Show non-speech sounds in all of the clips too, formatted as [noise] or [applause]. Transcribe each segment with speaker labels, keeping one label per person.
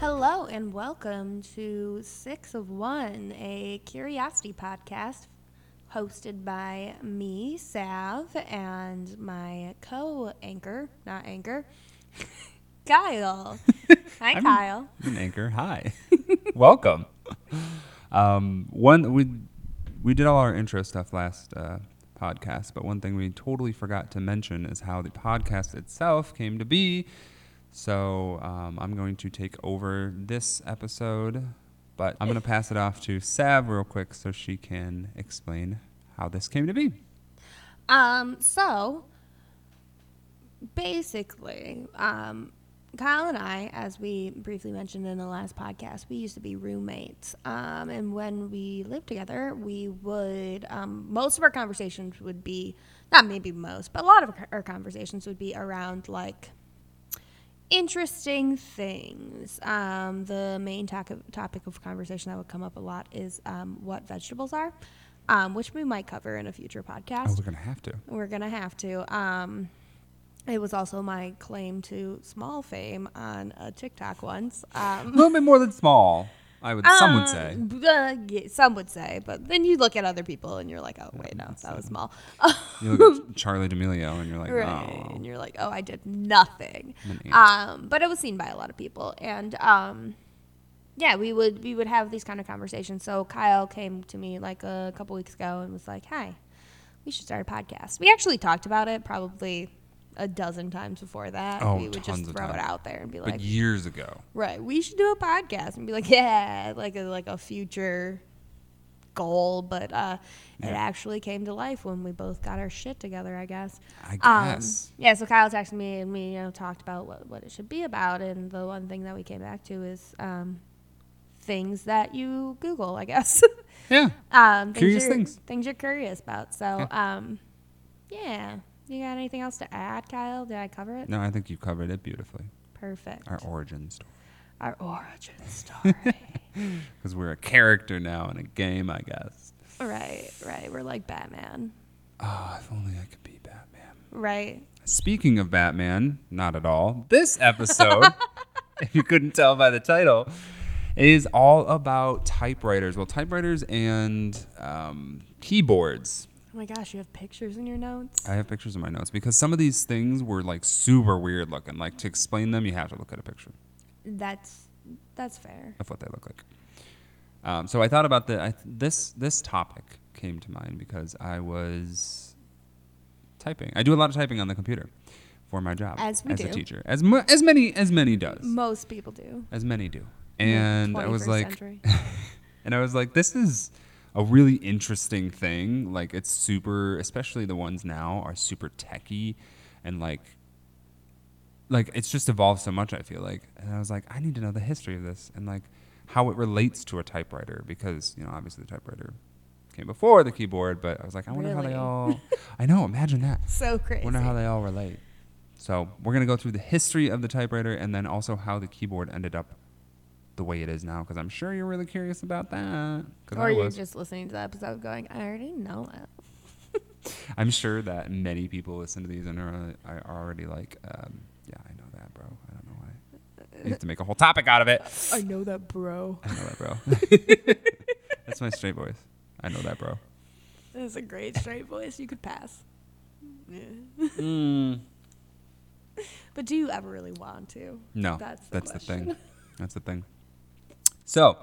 Speaker 1: Hello and welcome to Six of One, a curiosity podcast hosted by me, Sav, and my co anchor, not anchor, [laughs] Kyle. Hi,
Speaker 2: I'm-
Speaker 1: Kyle.
Speaker 2: an anchor. Hi. [laughs]
Speaker 3: Welcome.
Speaker 2: Um, one we we did all our intro stuff last uh, podcast, but one thing we totally forgot to mention is how the podcast itself came to be. So um, I'm going to take over this episode, but I'm going to pass it off to Sav real quick so she can explain how this came to be.
Speaker 1: Um, so basically, um, Kyle and I, as we briefly mentioned in the last podcast, we used to be roommates. Um, and when we lived together, we would, um, most of our conversations would be, not maybe most, but a lot of our conversations would be around like interesting things. Um, the main toc- topic of conversation that would come up a lot is um, what vegetables are, um, which we might cover in a future podcast.
Speaker 2: Oh, we're going to have to.
Speaker 1: We're gonna have to. Um, it was also my claim to small fame on a TikTok once.
Speaker 2: A
Speaker 1: Um,
Speaker 2: little bit more than small, I would. some
Speaker 1: uh,
Speaker 2: would say.
Speaker 1: b- uh, yeah, some would say, but then you look at other people and you're like, oh wait, no, that was small. [laughs]
Speaker 2: You look [laughs] at Charlie D'Amelio and you're like,
Speaker 1: right.
Speaker 2: oh.
Speaker 1: And you're like, oh, I did nothing.
Speaker 2: I'm an ant.
Speaker 1: Um, but it was seen by a lot of people, and um, yeah, we would we would have these kind of conversations. So Kyle came to me like a couple weeks ago and was like, "Hi, we should start a podcast." We actually talked about it probably a dozen times before that.
Speaker 2: Oh,
Speaker 1: we would just
Speaker 2: tons of
Speaker 1: throw it
Speaker 2: times.
Speaker 1: out there and be like,
Speaker 2: But years ago.
Speaker 1: Right. We should do a podcast and be like, [laughs] yeah, like a like a future goal, but uh it
Speaker 2: Yeah.
Speaker 1: actually came to life when we both got our shit together, I guess.
Speaker 2: I
Speaker 1: Um,
Speaker 2: guess.
Speaker 1: yeah, so Kyle texted me and we, you know, talked about what, what it should be about and the one thing that we came back to is um things that you Google, I guess. [laughs]
Speaker 2: Yeah.
Speaker 1: um
Speaker 2: Curious
Speaker 1: you're,
Speaker 2: things.
Speaker 1: Things you're curious about. So um yeah. You got anything else to add, Kyle? Did I cover it?
Speaker 2: No, I think you covered it beautifully.
Speaker 1: Perfect.
Speaker 2: Our origin story.
Speaker 1: Our origin
Speaker 2: [laughs]
Speaker 1: story.
Speaker 2: Because we're a character now in a game, I guess.
Speaker 1: Right, right. We're like Batman.
Speaker 2: Oh, if only I could be Batman.
Speaker 1: Right.
Speaker 2: Speaking of Batman, not at all. This episode, if you couldn't tell by the title, is all about typewriters. Well, typewriters and um, keyboards.
Speaker 1: Oh my gosh, you have pictures in your notes?
Speaker 2: I have pictures in my notes because some of these things were like super weird looking. Like to explain them, you have to look at a picture.
Speaker 1: That's that's fair.
Speaker 2: of what they look like. Um, so I thought about the I, th- this this topic came to mind because I was typing. I do a lot of typing on the computer for my job
Speaker 1: As we
Speaker 2: as a
Speaker 1: do.
Speaker 2: teacher, as mu- as many as many does,
Speaker 1: Most people do.
Speaker 2: as many do. And [laughs] I was
Speaker 1: 21st
Speaker 2: like,
Speaker 1: century.
Speaker 2: and I was like, this is a really interesting thing. Like it's super, especially the ones now are super techy, and like, like it's just evolved so much. I feel like, and I was like, I need to know the history of this and like how it relates to a typewriter because you know obviously the typewriter came before the keyboard, but I was like, I wonder how
Speaker 1: Really?
Speaker 2: they all. I know, imagine that.
Speaker 1: so crazy.
Speaker 2: Wonder how they all relate. So we're gonna go through the history of the typewriter and then also how the keyboard ended up the way it is now, because I'm sure you're really curious about that. 'cause
Speaker 1: or
Speaker 2: I
Speaker 1: you're
Speaker 2: was.
Speaker 1: just listening to the episode going, I already know it.
Speaker 2: I'm sure that many people listen to these and are, uh, are already like, um, yeah, I know that, bro. I don't know why. You have to make a whole topic out of it. [laughs]
Speaker 1: I know that, bro.
Speaker 2: I know that, bro. [laughs] That's my straight voice. I know that, bro.
Speaker 1: That's a great straight voice. You could pass. Yeah. Hmm. But do you ever really want to?
Speaker 2: No,
Speaker 1: That's the
Speaker 2: thing. [laughs] That's the thing. So,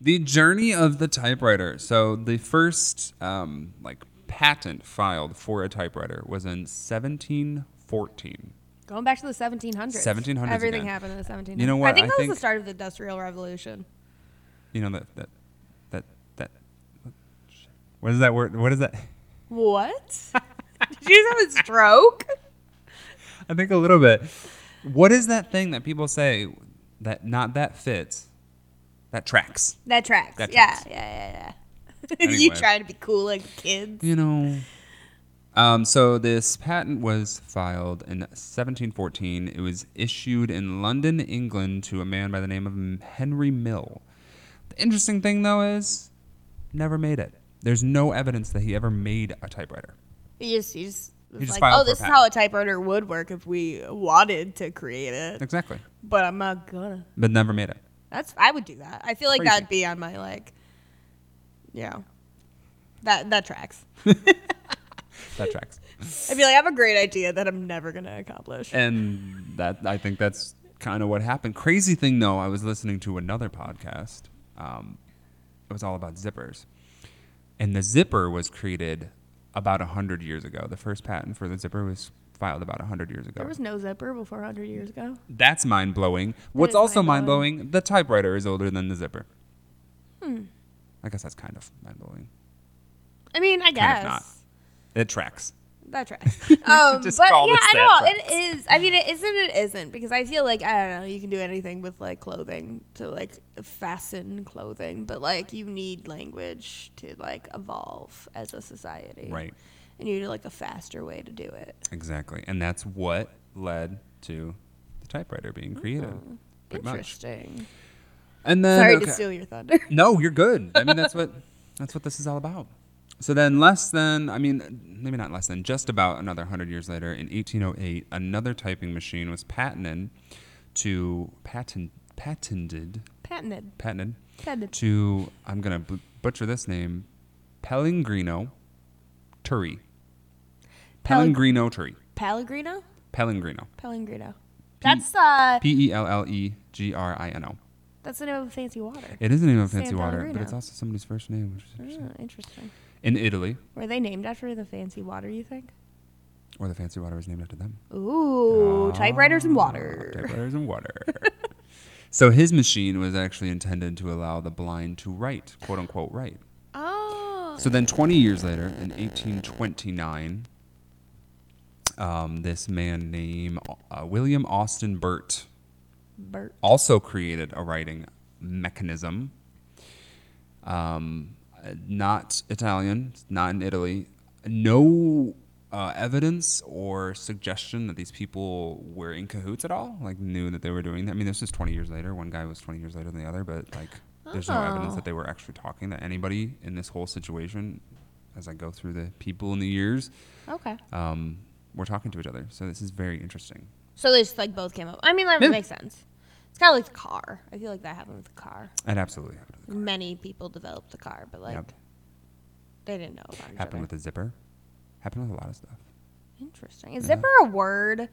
Speaker 2: the journey of the typewriter. So, the first um, like patent filed for a typewriter was in 1714.
Speaker 1: Going back to the 1700s.
Speaker 2: 1700s
Speaker 1: Everything
Speaker 2: again.
Speaker 1: happened in the 1700s.
Speaker 2: You know what?
Speaker 1: I think
Speaker 2: I
Speaker 1: that was
Speaker 2: think-
Speaker 1: the start of the Industrial Revolution.
Speaker 2: You know that that that that. What is that word? What is that? [laughs]
Speaker 1: What? [laughs] Did you just have a stroke?
Speaker 2: I think a little bit. What is that thing that people say that not that fits, that tracks?
Speaker 1: That tracks.
Speaker 2: That
Speaker 1: yeah,
Speaker 2: tracks.
Speaker 1: yeah, yeah, [laughs] yeah. you
Speaker 2: Anyway.
Speaker 1: try to be cool like kids.
Speaker 2: you know. Um, so this patent was filed in 1714. It was issued in London, England, to a man by the name of M- Henry Mill. The interesting thing, though, is never made it. There's no evidence that he ever made a typewriter.
Speaker 1: He just, he just was
Speaker 2: just
Speaker 1: like,
Speaker 2: filed
Speaker 1: oh,
Speaker 2: for a
Speaker 1: this is
Speaker 2: patent."
Speaker 1: how a typewriter would work if we wanted to create it,
Speaker 2: Exactly.
Speaker 1: but I'm not gonna.
Speaker 2: But never made it.
Speaker 1: That's I would do that. I feel like
Speaker 2: Crazy.
Speaker 1: that'd be on my like, yeah, that that tracks.
Speaker 2: That tracks.
Speaker 1: I'd be like, I have a great idea that I'm never gonna accomplish.
Speaker 2: and that I think that's kind of what happened. Crazy thing though, I was listening to another podcast. Um, it was all about zippers, and the zipper was created about hundred years ago. The first patent for the zipper was filed about hundred years ago.
Speaker 1: There was no zipper before 100 years ago.
Speaker 2: that's mind blowing. What's
Speaker 1: is
Speaker 2: also mind
Speaker 1: mind-blowing. Hmm.
Speaker 2: blowing: the typewriter is older than the zipper. I guess that's kind of mind blowing.
Speaker 1: I mean, I
Speaker 2: Kind
Speaker 1: guess
Speaker 2: of not. It tracks.
Speaker 1: that
Speaker 2: [laughs]
Speaker 1: tracks. Um,
Speaker 2: Just
Speaker 1: but yeah,
Speaker 2: call this
Speaker 1: I
Speaker 2: that
Speaker 1: know it is. I mean, it isn't. It isn't because I feel like I don't know. You can do anything with like clothing to like fasten clothing, but like you need language to like evolve as a society,
Speaker 2: Right.
Speaker 1: And you need like a faster way to do it.
Speaker 2: Exactly, and that's what led to the typewriter being created. Pretty much.
Speaker 1: Oh, Interesting.
Speaker 2: And then
Speaker 1: Sorry
Speaker 2: okay.
Speaker 1: to steal your thunder. [laughs]
Speaker 2: No, you're good. I mean, that's what [laughs] that's what this is all about. So then, less than I mean, maybe not less than, just about another hundred years later, in 1808, another typing machine was patented to patent patented
Speaker 1: Patented.
Speaker 2: patented
Speaker 1: Patented.
Speaker 2: to I'm gonna b- butcher this name, Pellegrino Turi.
Speaker 1: Pelleg-
Speaker 2: Pellegrino Turi.
Speaker 1: Pellegrino.
Speaker 2: Pellegrino.
Speaker 1: Pellegrino. That's uh.
Speaker 2: P E L L E G R I N O.
Speaker 1: That's the name of a fancy water.
Speaker 2: It is the name of fancy
Speaker 1: San
Speaker 2: water, but
Speaker 1: Pellegrino.
Speaker 2: it's also somebody's first name, which is interesting.
Speaker 1: Oh, interesting.
Speaker 2: In Italy,
Speaker 1: Were they named after the fancy water? You think?
Speaker 2: or the fancy water was named after them.
Speaker 1: Ooh, typewriters
Speaker 2: Ah,
Speaker 1: and water.
Speaker 2: Typewriters and water. so his machine was actually intended to allow the blind to write, quote unquote, write.
Speaker 1: Oh.
Speaker 2: So then, 20 years later, in 1829, um, this man named uh, William Austin Burt
Speaker 1: Bert.
Speaker 2: also created a writing mechanism. Um, not Italian, not in Italy. No uh, evidence or suggestion that these people were in cahoots at all, like knew that they were doing that. I mean, this is 20 years later. One guy was 20 years later than the other, but like there's no evidence
Speaker 1: Oh.
Speaker 2: that they were actually talking to anybody in this whole situation. As I go through the people in the years,
Speaker 1: Okay.
Speaker 2: um, we're talking to each other. So this is very interesting.
Speaker 1: So they just like both came up. I mean, that
Speaker 2: Yeah.
Speaker 1: makes sense. It's kind of like the car. I feel like that happened with the car.
Speaker 2: It absolutely happened.
Speaker 1: Many people developed the car, but like
Speaker 2: Yep.
Speaker 1: they didn't know about each
Speaker 2: Happened
Speaker 1: other.
Speaker 2: with the zipper. Happened with a lot of stuff.
Speaker 1: Interesting. Is zipper a word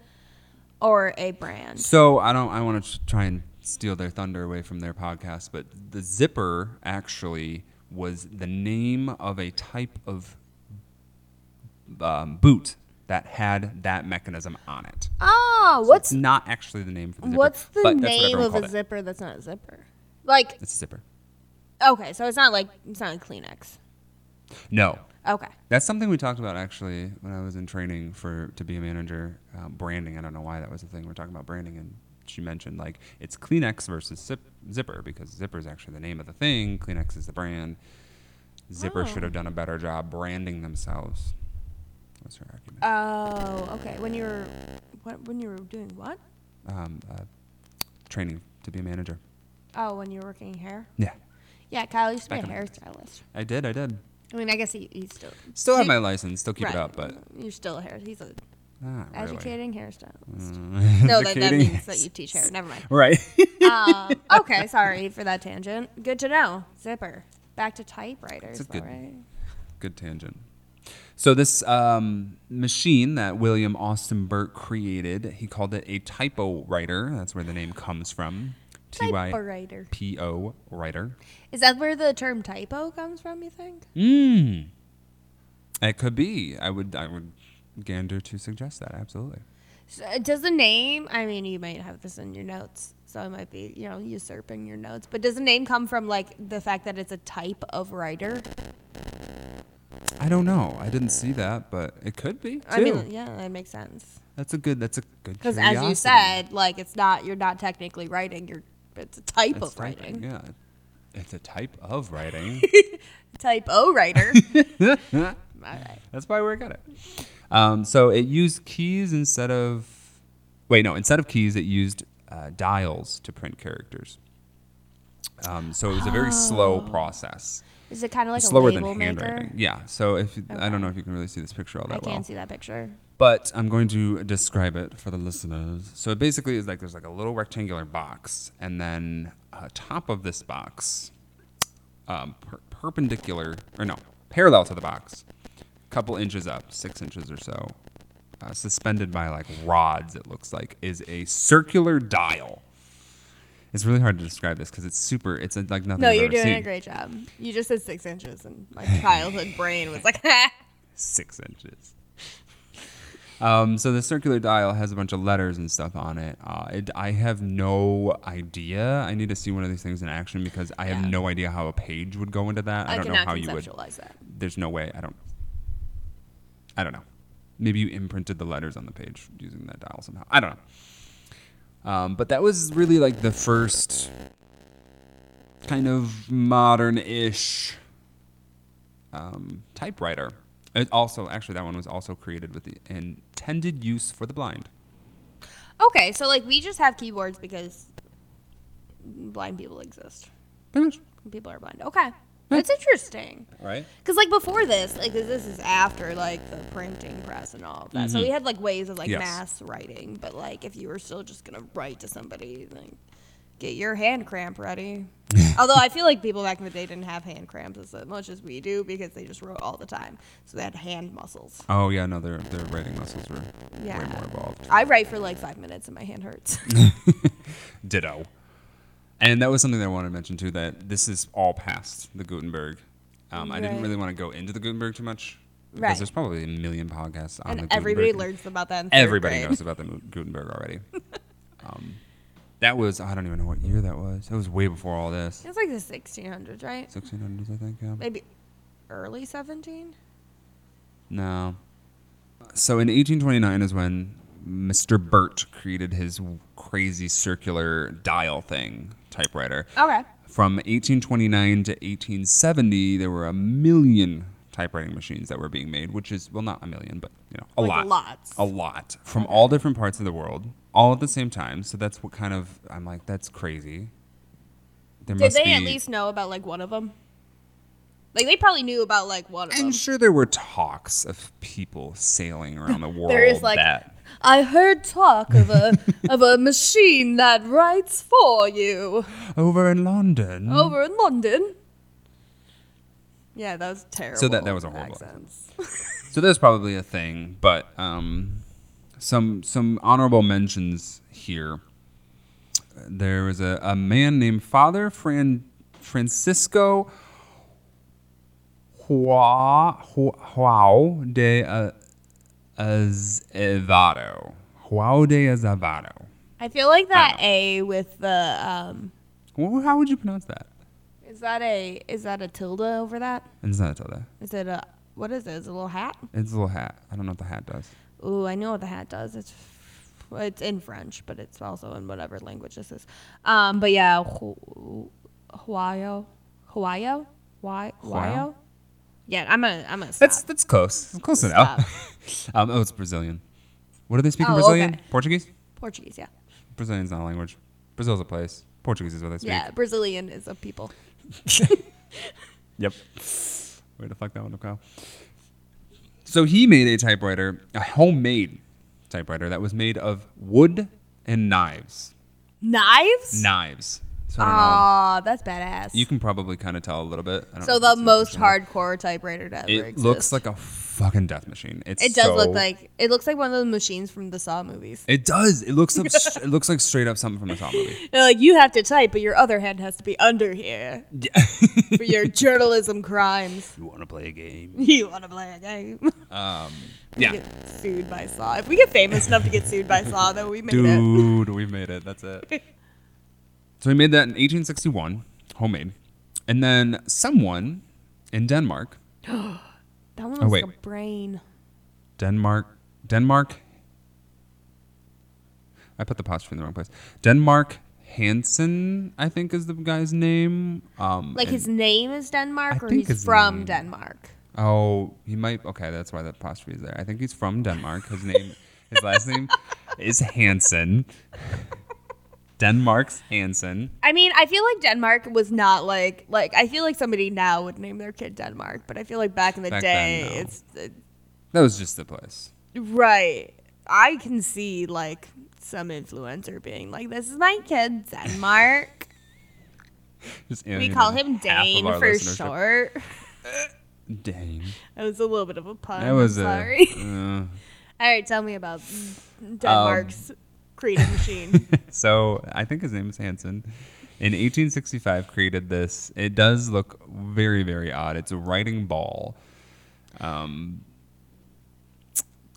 Speaker 1: or a brand?
Speaker 2: So I don't. I want to try and steal their thunder away from their podcast, but the zipper actually was the name of a type of um, boot that had that mechanism on it.
Speaker 1: Oh,
Speaker 2: So it's
Speaker 1: what's
Speaker 2: not actually the name for the zipper.
Speaker 1: what's the
Speaker 2: but that's what
Speaker 1: name
Speaker 2: everyone
Speaker 1: of
Speaker 2: called
Speaker 1: a
Speaker 2: it.
Speaker 1: zipper that's not a zipper? Like
Speaker 2: It's a zipper.
Speaker 1: okay, so it's not like it's not like Kleenex.
Speaker 2: No,
Speaker 1: Okay.
Speaker 2: That's something we talked about actually when I was in training for to be a manager. Um, branding. I don't know why that was the thing. We We're talking about branding, and she mentioned like it's Kleenex versus zip, Zipper because Zipper is actually the name of the thing. Kleenex is the brand. Zipper
Speaker 1: Oh.
Speaker 2: should have done a better job branding themselves. What's her argument?
Speaker 1: Oh, okay. When you were what when you were doing what?
Speaker 2: um, uh, training to be a manager.
Speaker 1: Oh, when you were working hair.
Speaker 2: Yeah,
Speaker 1: Yeah, Kyle used to be
Speaker 2: Back
Speaker 1: a
Speaker 2: in the
Speaker 1: hairstylist.
Speaker 2: I did. I did.
Speaker 1: I mean, I guess he, he's still
Speaker 2: Still have
Speaker 1: See-
Speaker 2: my license. Still keep it
Speaker 1: right.
Speaker 2: up, but ah,
Speaker 1: you're still a hair. He's an
Speaker 2: not really. [laughs]
Speaker 1: educating hairstylist. [laughs]
Speaker 2: Mm,
Speaker 1: No, that, that
Speaker 2: educating.
Speaker 1: means that you teach hair. Never mind.
Speaker 2: right. [laughs]
Speaker 1: Um, okay, sorry for that tangent. Good to know. Zipper. Back to typewriters.
Speaker 2: It's a
Speaker 1: though,
Speaker 2: good-
Speaker 1: right?
Speaker 2: good tangent. So this um, machine that William Austin Burt created, he called it a typo writer. That's where the name comes from. T y
Speaker 1: Typewriter.
Speaker 2: p o writer.
Speaker 1: Is that where the term typo comes from? You think?
Speaker 2: Mm. It could be. I would. I would gander to suggest that. Absolutely.
Speaker 1: So, uh, does the name? I mean, you might have this in your notes, so I might be, you know, usurping your notes. But does the name come from like the fact that it's a type of writer?
Speaker 2: I don't know. I didn't see that, but it could be too.
Speaker 1: I mean, yeah, that makes sense.
Speaker 2: that's a good. That's a good.
Speaker 1: Because as you
Speaker 2: curiosity.
Speaker 1: said, like it's not you're not technically writing. You're it's a type
Speaker 2: It's
Speaker 1: of
Speaker 2: typing,
Speaker 1: writing.
Speaker 2: Yeah, it's a type of writing.
Speaker 1: [laughs] Type O
Speaker 2: [laughs]
Speaker 1: writer. All right.
Speaker 2: That's why we're good at it. Um, so it used keys instead of, wait, no, instead of keys, it used uh, dials to print characters. Um, so it was a very slow process.
Speaker 1: Is it kind of Oh. like
Speaker 2: slower
Speaker 1: a
Speaker 2: than
Speaker 1: label
Speaker 2: handwriting.
Speaker 1: maker?
Speaker 2: Yeah. So if you, I
Speaker 1: Okay.
Speaker 2: don't know if you can really see this picture all
Speaker 1: I
Speaker 2: that
Speaker 1: can't
Speaker 2: well,
Speaker 1: see that picture.
Speaker 2: but I'm going to describe it for the listeners. So it basically is like there's like a little rectangular box, and then uh, top of this box, um, per- perpendicular or no, parallel to the box, couple inches up, six inches or so, uh, suspended by like rods. It looks like is a circular dial. It's really hard to describe this because it's super. It's uh, like nothing.
Speaker 1: No,
Speaker 2: I've
Speaker 1: you're
Speaker 2: ever
Speaker 1: doing
Speaker 2: seen.
Speaker 1: a great job. You just said six inches, and
Speaker 2: [sighs]
Speaker 1: my childhood brain was like, [laughs] "Ha."
Speaker 2: six inches. Um, so the circular dial has a bunch of letters and stuff on it. Uh, it. I have no idea. I need to see one of these things in action because I have
Speaker 1: Yeah.
Speaker 2: no idea how a page would go into that. I,
Speaker 1: I
Speaker 2: don't know
Speaker 1: cannot
Speaker 2: how you would.
Speaker 1: conceptualize that.
Speaker 2: There's no way. I don't. I don't know. Maybe you imprinted the letters on the page using that dial somehow. I don't know. Um, but that was really like the first kind of modern-ish um, typewriter. It also, actually, that one was also created with the intended use for the blind.
Speaker 1: Okay, so like we just have keyboards because blind people exist.
Speaker 2: Pretty much,
Speaker 1: People are blind. Okay, that's interesting.
Speaker 2: right?
Speaker 1: Because like before this, like 'cause this is after like the printing press and all of that. So we had like ways of like
Speaker 2: Mm-hmm. Yes.
Speaker 1: mass writing, but like if you were still just gonna write to somebody, like get your hand cramp
Speaker 2: [laughs]
Speaker 1: ready. Although I feel like people back in the day didn't have hand cramps as much as we do because they just wrote all the time, so they had hand muscles.
Speaker 2: Oh yeah, no, their their writing muscles were way
Speaker 1: Yeah.
Speaker 2: more involved.
Speaker 1: I write for like five minutes and my hand
Speaker 2: [laughs]
Speaker 1: hurts.
Speaker 2: Oh Ditto. And that was something that I wanted to mention too. That this is all past the Gutenberg. Um, I didn't
Speaker 1: Right.
Speaker 2: really want to go into the Gutenberg too much because
Speaker 1: Right.
Speaker 2: there's probably a million podcasts on
Speaker 1: and
Speaker 2: the
Speaker 1: everybody
Speaker 2: Gutenberg.
Speaker 1: learns about that. In third
Speaker 2: Everybody
Speaker 1: grade.
Speaker 2: knows about the Gutenberg
Speaker 1: [laughs]
Speaker 2: already. um, that was I don't even know what year that was. That was way before all this.
Speaker 1: It was like the 1600s, right?
Speaker 2: 1600s, I think. Yeah.
Speaker 1: Maybe early 17.
Speaker 2: No. So in 1829 is when Mr. Burt created his crazy circular dial thing typewriter.
Speaker 1: Okay.
Speaker 2: From 1829 to 1870, there were a million typewriting machines that were being made, which is well, not a million, but you know, a
Speaker 1: Like
Speaker 2: lot,
Speaker 1: lots.
Speaker 2: a lot from all different parts of the world, all at the same time. So that's what kind of I'm like, that's crazy. There
Speaker 1: Did they at least know about like one of them? Like they probably knew about like one of
Speaker 2: I'm
Speaker 1: them.
Speaker 2: sure there were talks of people sailing around the
Speaker 1: [laughs]
Speaker 2: world.
Speaker 1: There is, like-
Speaker 2: Oh, that
Speaker 1: I heard talk of a [laughs] of a machine that writes for you
Speaker 2: over in London.
Speaker 1: over in London. Yeah, that was terrible.
Speaker 2: that was a horrible
Speaker 1: accents.
Speaker 2: So that's probably a thing, but um, some some honorable mentions here. There was a, a man named Father Fran Francisco Hua, Hua, Huao de uh, Azevedo. Huao de Azevedo.
Speaker 1: I feel like that
Speaker 2: I
Speaker 1: A with the um
Speaker 2: Wh- How would you pronounce that?
Speaker 1: is that a is that a tilde over that?
Speaker 2: It's not a tilde.
Speaker 1: Is it a what is it? Is it a little hat?
Speaker 2: It's a little hat. I don't know what the hat does.
Speaker 1: Ooh, I know what the hat does. It's f- it's in French, but it's also in whatever language this is. Um, but yeah, Hu- Huayo, Huayo, Why- Huayo. Yeah, I'm a I'm a.
Speaker 2: That's
Speaker 1: That's
Speaker 2: that's close. Close enough. [laughs] um, oh, it's Brazilian. What do they speak in
Speaker 1: Oh,
Speaker 2: Brazilian?
Speaker 1: okay.
Speaker 2: Portuguese?
Speaker 1: Portuguese. Yeah,
Speaker 2: Brazilian's not a language. Brazil's a place. Portuguese is what they speak.
Speaker 1: yeah. Brazilian is a people.
Speaker 2: [laughs] Yep. Way to fuck that one up, Kyle. So he made a typewriter, a homemade typewriter that was made of wood and knives.
Speaker 1: Knives.
Speaker 2: Knives. So I don't know.
Speaker 1: Ah, that's badass.
Speaker 2: You can probably kind of tell a little bit. I don't
Speaker 1: so
Speaker 2: know if
Speaker 1: the
Speaker 2: it's in
Speaker 1: most
Speaker 2: Brazilian.
Speaker 1: hardcore typewriter to ever
Speaker 2: It
Speaker 1: exist.
Speaker 2: looks like a fucking death machine. It's
Speaker 1: It does
Speaker 2: so-
Speaker 1: look like it looks like one of those machines from the Saw movies.
Speaker 2: It does. It
Speaker 1: [laughs]
Speaker 2: looks up, it looks like straight up something from a Saw movie.
Speaker 1: They're like you have to type, but your other hand has to be under here
Speaker 2: Yeah.
Speaker 1: for
Speaker 2: [laughs]
Speaker 1: your journalism crimes.
Speaker 2: you want to play a game?
Speaker 1: [laughs] You want to play a game? [laughs]
Speaker 2: Um,
Speaker 1: We
Speaker 2: yeah.
Speaker 1: Get sued by Saw. If we get famous enough to get sued by Saw, though, we made it.
Speaker 2: Dude, we made it. That's it. [laughs] So we made that in 1861, homemade. And then someone in Denmark,
Speaker 1: That one
Speaker 2: Oh, wait.
Speaker 1: brain.
Speaker 2: Denmark, Denmark, I put the apostrophe in the wrong place. Denmark Hansen, I think is the guy's name. Um,
Speaker 1: Like
Speaker 2: and-
Speaker 1: his name is
Speaker 2: I
Speaker 1: Denmark, or
Speaker 2: think
Speaker 1: he's
Speaker 2: his
Speaker 1: from
Speaker 2: name-
Speaker 1: Denmark.
Speaker 2: Oh, he might. Okay, that's why the apostrophe is there. I think he's from Denmark. His name, his last name is Hansen. [laughs] Denmark's Hansen.
Speaker 1: I mean, I feel like Denmark was not like like I feel like somebody now would name their kid Denmark, but I feel like back in the
Speaker 2: Back
Speaker 1: day,
Speaker 2: then, no.
Speaker 1: it's uh,
Speaker 2: That was just the place.
Speaker 1: right. I can see like some influencer being like, "This is my kid
Speaker 2: [laughs]
Speaker 1: Denmark."
Speaker 2: Just
Speaker 1: we
Speaker 2: alienated
Speaker 1: call him
Speaker 2: half of
Speaker 1: Dane
Speaker 2: our
Speaker 1: for
Speaker 2: listenership.
Speaker 1: short. [laughs]
Speaker 2: Dane.
Speaker 1: That was a little bit of a pun.
Speaker 2: That was
Speaker 1: I'm
Speaker 2: a.
Speaker 1: sorry.
Speaker 2: [laughs]
Speaker 1: [laughs]
Speaker 2: uh,
Speaker 1: All right, tell me about Um, Denmark's creative [laughs] machine.
Speaker 2: so I think his name is Hansen. In 1865, created this. It does look very, very odd. It's a writing ball. Um,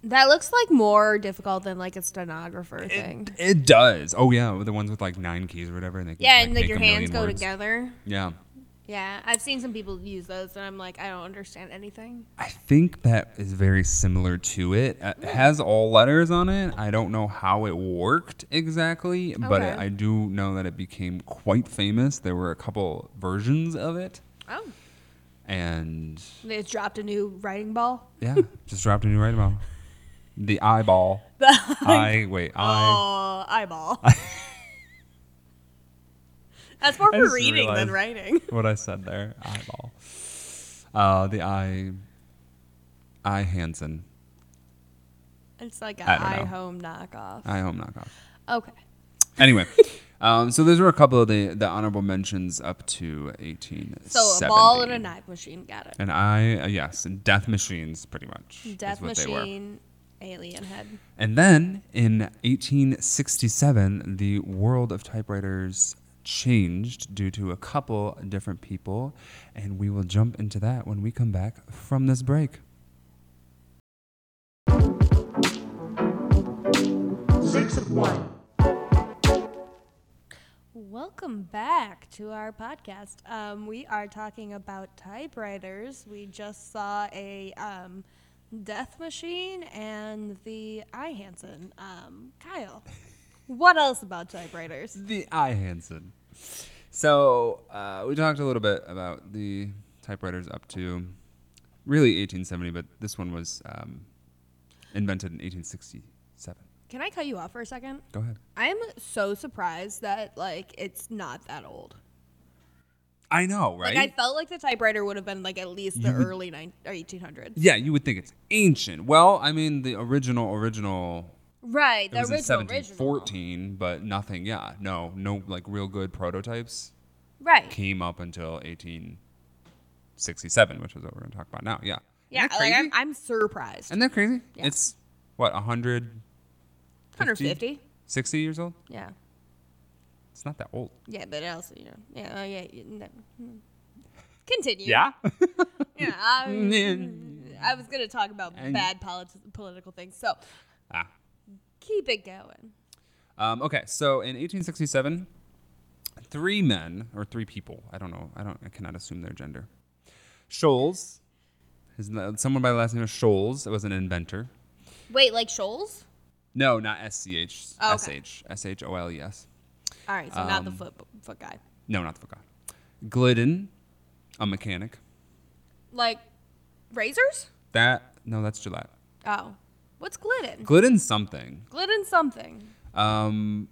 Speaker 1: that looks like more difficult than like a stenographer thing.
Speaker 2: it, it does. Oh yeah, the ones with like nine keys or whatever. And they can,
Speaker 1: yeah, and like
Speaker 2: make
Speaker 1: your
Speaker 2: a million
Speaker 1: hands go
Speaker 2: words.
Speaker 1: together.
Speaker 2: Yeah,
Speaker 1: Yeah, I've seen some people use those, and I'm like, I don't understand anything.
Speaker 2: I think that is very similar to it. Uh,
Speaker 1: Hmm.
Speaker 2: It has all letters on it. I don't know how it worked exactly, but it,
Speaker 1: Okay.
Speaker 2: I do know that it became quite famous. There were a couple versions of it,
Speaker 1: Oh,
Speaker 2: and
Speaker 1: they just dropped a new writing ball.
Speaker 2: yeah, just dropped a new writing ball. The
Speaker 1: [laughs]
Speaker 2: eyeball. I wait. I.
Speaker 1: Oh,
Speaker 2: [laughs]
Speaker 1: eyeball. That's more
Speaker 2: I
Speaker 1: for
Speaker 2: just
Speaker 1: reading than
Speaker 2: realized-
Speaker 1: writing.
Speaker 2: What I said there. Eyeball. Uh, the eye. I Hansen.
Speaker 1: [laughs] It's like an
Speaker 2: I don't know.
Speaker 1: eye home knockoff.
Speaker 2: I home knockoff.
Speaker 1: Okay. [laughs]
Speaker 2: Anyway, um, so those were a couple of the, the honorable mentions up to 1870.
Speaker 1: So a ball and a knife machine. Got it.
Speaker 2: And I, uh, yes, and death machines, pretty much. is
Speaker 1: Death
Speaker 2: what they were.
Speaker 1: machine, alien head.
Speaker 2: And then in 1867, the world of typewriters changed due to a couple different people. And we will jump into that when we come back from this break.
Speaker 1: Welcome back to our podcast. Um, we are talking about typewriters. We just saw a um, death machine and the eye Hansen. Um, [laughs] Kyle, what else about typewriters?
Speaker 2: The I Hansen. So uh, we talked a little bit about the typewriters up to really 1870, but this one was um, invented in 1867.
Speaker 1: Can I cut you off for a second?
Speaker 2: Go ahead.
Speaker 1: I am so surprised that like it's not that old.
Speaker 2: I know, right?
Speaker 1: Like I felt like the typewriter would have been like at least the
Speaker 2: You would-
Speaker 1: early nine or eighteen hundreds.
Speaker 2: yeah, you would think it's ancient. Well, I mean, the original original
Speaker 1: Right,
Speaker 2: it
Speaker 1: the
Speaker 2: was
Speaker 1: original,
Speaker 2: in
Speaker 1: original.
Speaker 2: 1714, but nothing. Yeah, no, no, like real good prototypes
Speaker 1: Right.
Speaker 2: came up until 1867, which is what we're going to talk about now. Yeah.
Speaker 1: Yeah,
Speaker 2: Isn't that
Speaker 1: like
Speaker 2: crazy?
Speaker 1: I'm, I'm surprised.
Speaker 2: Isn't that crazy?
Speaker 1: Yeah.
Speaker 2: It's what, 100,
Speaker 1: 150.
Speaker 2: 60 years old?
Speaker 1: Yeah.
Speaker 2: It's not that old.
Speaker 1: Yeah, but also, you know, yeah, oh, yeah. You, no. hmm. Continue. Yeah. [laughs] I, I was gonna talk about
Speaker 2: And-
Speaker 1: bad politi- political things, so
Speaker 2: [laughs] Ah.
Speaker 1: keep it going.
Speaker 2: Um, okay, so in 1867, three men or three people, I don't know, I don't, I cannot assume their gender. Scholes, his, someone by the last name of Scholes, was an inventor.
Speaker 1: Wait, like Shoals?
Speaker 2: No, not S C H.
Speaker 1: Oh,
Speaker 2: S
Speaker 1: okay.
Speaker 2: H. S H O L E S.
Speaker 1: All right, so not the
Speaker 2: Um,
Speaker 1: foot foot guy.
Speaker 2: No, not the guy. Glidden, a mechanic.
Speaker 1: Like razors?
Speaker 2: That, no, that's Gillette.
Speaker 1: Oh, what's Glidden?
Speaker 2: Glidden something.
Speaker 1: Glidden something.
Speaker 2: Um,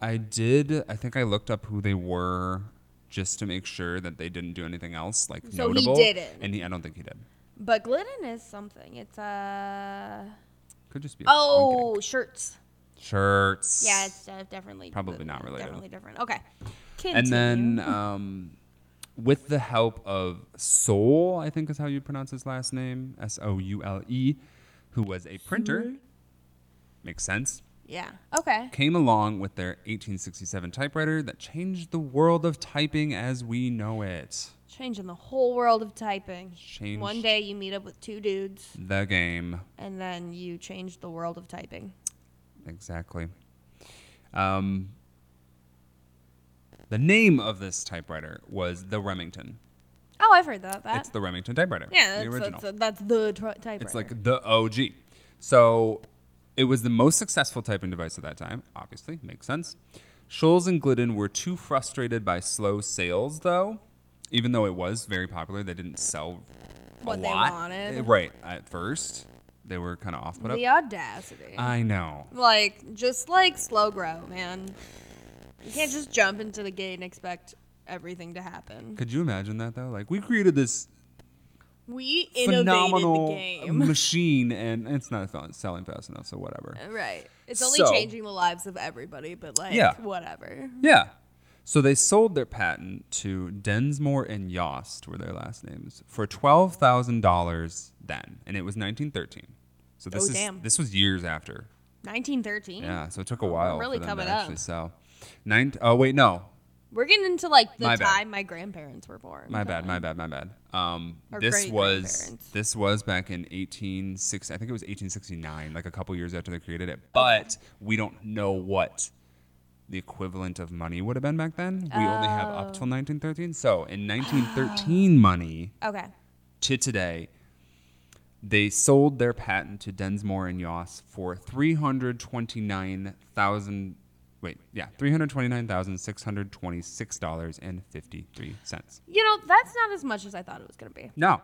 Speaker 2: I did, I think I looked up who they were just to make sure that they didn't do anything else, like
Speaker 1: So he
Speaker 2: notable.
Speaker 1: didn't.
Speaker 2: And he, I don't think he did.
Speaker 1: But Glidden is something. It's uh
Speaker 2: Could just be. a
Speaker 1: oh
Speaker 2: blanket.
Speaker 1: shirts.
Speaker 2: Shirts.
Speaker 1: Yeah, it's uh, definitely
Speaker 2: Probably not related.
Speaker 1: Definitely different. Okay.
Speaker 2: [laughs] and
Speaker 1: Continue.
Speaker 2: then um, with the help of Soul, I think is how you pronounce his last name, S O U L E, who was a printer, makes sense,
Speaker 1: yeah. Okay.
Speaker 2: came along with their 1867 typewriter that changed the world of typing as we know it.
Speaker 1: Changing the whole world of typing.
Speaker 2: Changed
Speaker 1: One day you meet up with two dudes,
Speaker 2: the game.
Speaker 1: and then you change the world of typing.
Speaker 2: Exactly. Um, the name of this typewriter was the Remington.
Speaker 1: Oh, I've heard about that.
Speaker 2: It's the Remington typewriter.
Speaker 1: yeah,
Speaker 2: the
Speaker 1: that's
Speaker 2: original.
Speaker 1: that's, that's the tr- typewriter.
Speaker 2: It's like the OG. So it was the most successful typing device at that time, obviously, makes sense. Scholes and Glidden were too frustrated by slow sales, though. Even though it was very popular, they didn't sell a
Speaker 1: What they
Speaker 2: lot.
Speaker 1: wanted.
Speaker 2: Right, at first. they were kind of off put
Speaker 1: the
Speaker 2: up. Uh,
Speaker 1: audacity.
Speaker 2: I know.
Speaker 1: like, just like slow grow, man. You can't just jump into the gate and expect everything to happen.
Speaker 2: Could you imagine that though? Like we created this
Speaker 1: We innovated
Speaker 2: phenomenal
Speaker 1: the game. [laughs]
Speaker 2: machine, and it's not fel- selling fast enough, so whatever.
Speaker 1: Right. It's only
Speaker 2: So-
Speaker 1: changing the lives of everybody, but like
Speaker 2: Yeah.
Speaker 1: whatever.
Speaker 2: Yeah. So they sold their patent to Densmore and Yost, were their last names, for twelve thousand dollars then, and it was nineteen thirteen. So this
Speaker 1: Oh,
Speaker 2: is
Speaker 1: damn.
Speaker 2: this was years after.
Speaker 1: 1913.
Speaker 2: Yeah, so it took a while
Speaker 1: really
Speaker 2: for them
Speaker 1: coming
Speaker 2: to
Speaker 1: up.
Speaker 2: actually sell. Nine. Oh wait, no,
Speaker 1: We're getting into like the
Speaker 2: My bad.
Speaker 1: time my grandparents were born.
Speaker 2: my bad, my bad, my bad. Um,
Speaker 1: Our
Speaker 2: this was
Speaker 1: great-grandparents.
Speaker 2: this was back in eighteen six. I think it was eighteen sixty nine, like a couple years after they created it. But we don't know what the equivalent of money would have been back then. We only have up till nineteen thirteen. So in nineteen thirteen money
Speaker 1: Okay.
Speaker 2: to today, they sold their patent to Densmore and Yoss for three hundred twenty nine thousand. Wait, yeah, three hundred twenty nine thousand six hundred twenty six dollars and fifty three cents.
Speaker 1: You know, that's not as much as I thought it was going to be.
Speaker 2: No,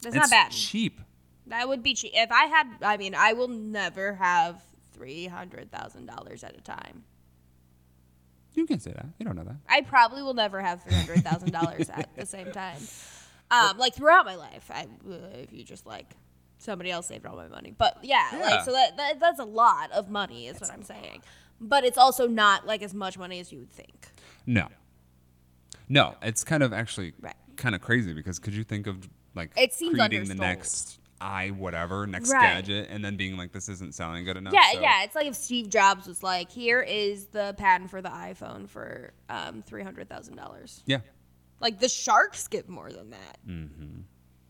Speaker 1: That's not bad.
Speaker 2: Cheap.
Speaker 1: That would be cheap. If I had, I mean, I will never have $300,000 at a time.
Speaker 2: You can say that. You don't know that.
Speaker 1: I probably will never have $300,000 at the same time. Um, like throughout my life, I, uh, if you just like somebody else saved all my money. But yeah,
Speaker 2: Yeah.
Speaker 1: like so that, that that's a lot of money is what I'm saying. But it's also not like as much money as you would think.
Speaker 2: No. No, it's kind of actually
Speaker 1: Right.
Speaker 2: kind of crazy because could you think of like
Speaker 1: It seems
Speaker 2: creating the
Speaker 1: undersold.
Speaker 2: next i whatever next
Speaker 1: Right.
Speaker 2: gadget and then being like this isn't selling good enough.
Speaker 1: Yeah,
Speaker 2: so-
Speaker 1: yeah. It's like if Steve Jobs was like, "Here is the patent for the iPhone for um, three hundred thousand dollars."
Speaker 2: Yeah.
Speaker 1: Like the sharks give more than that.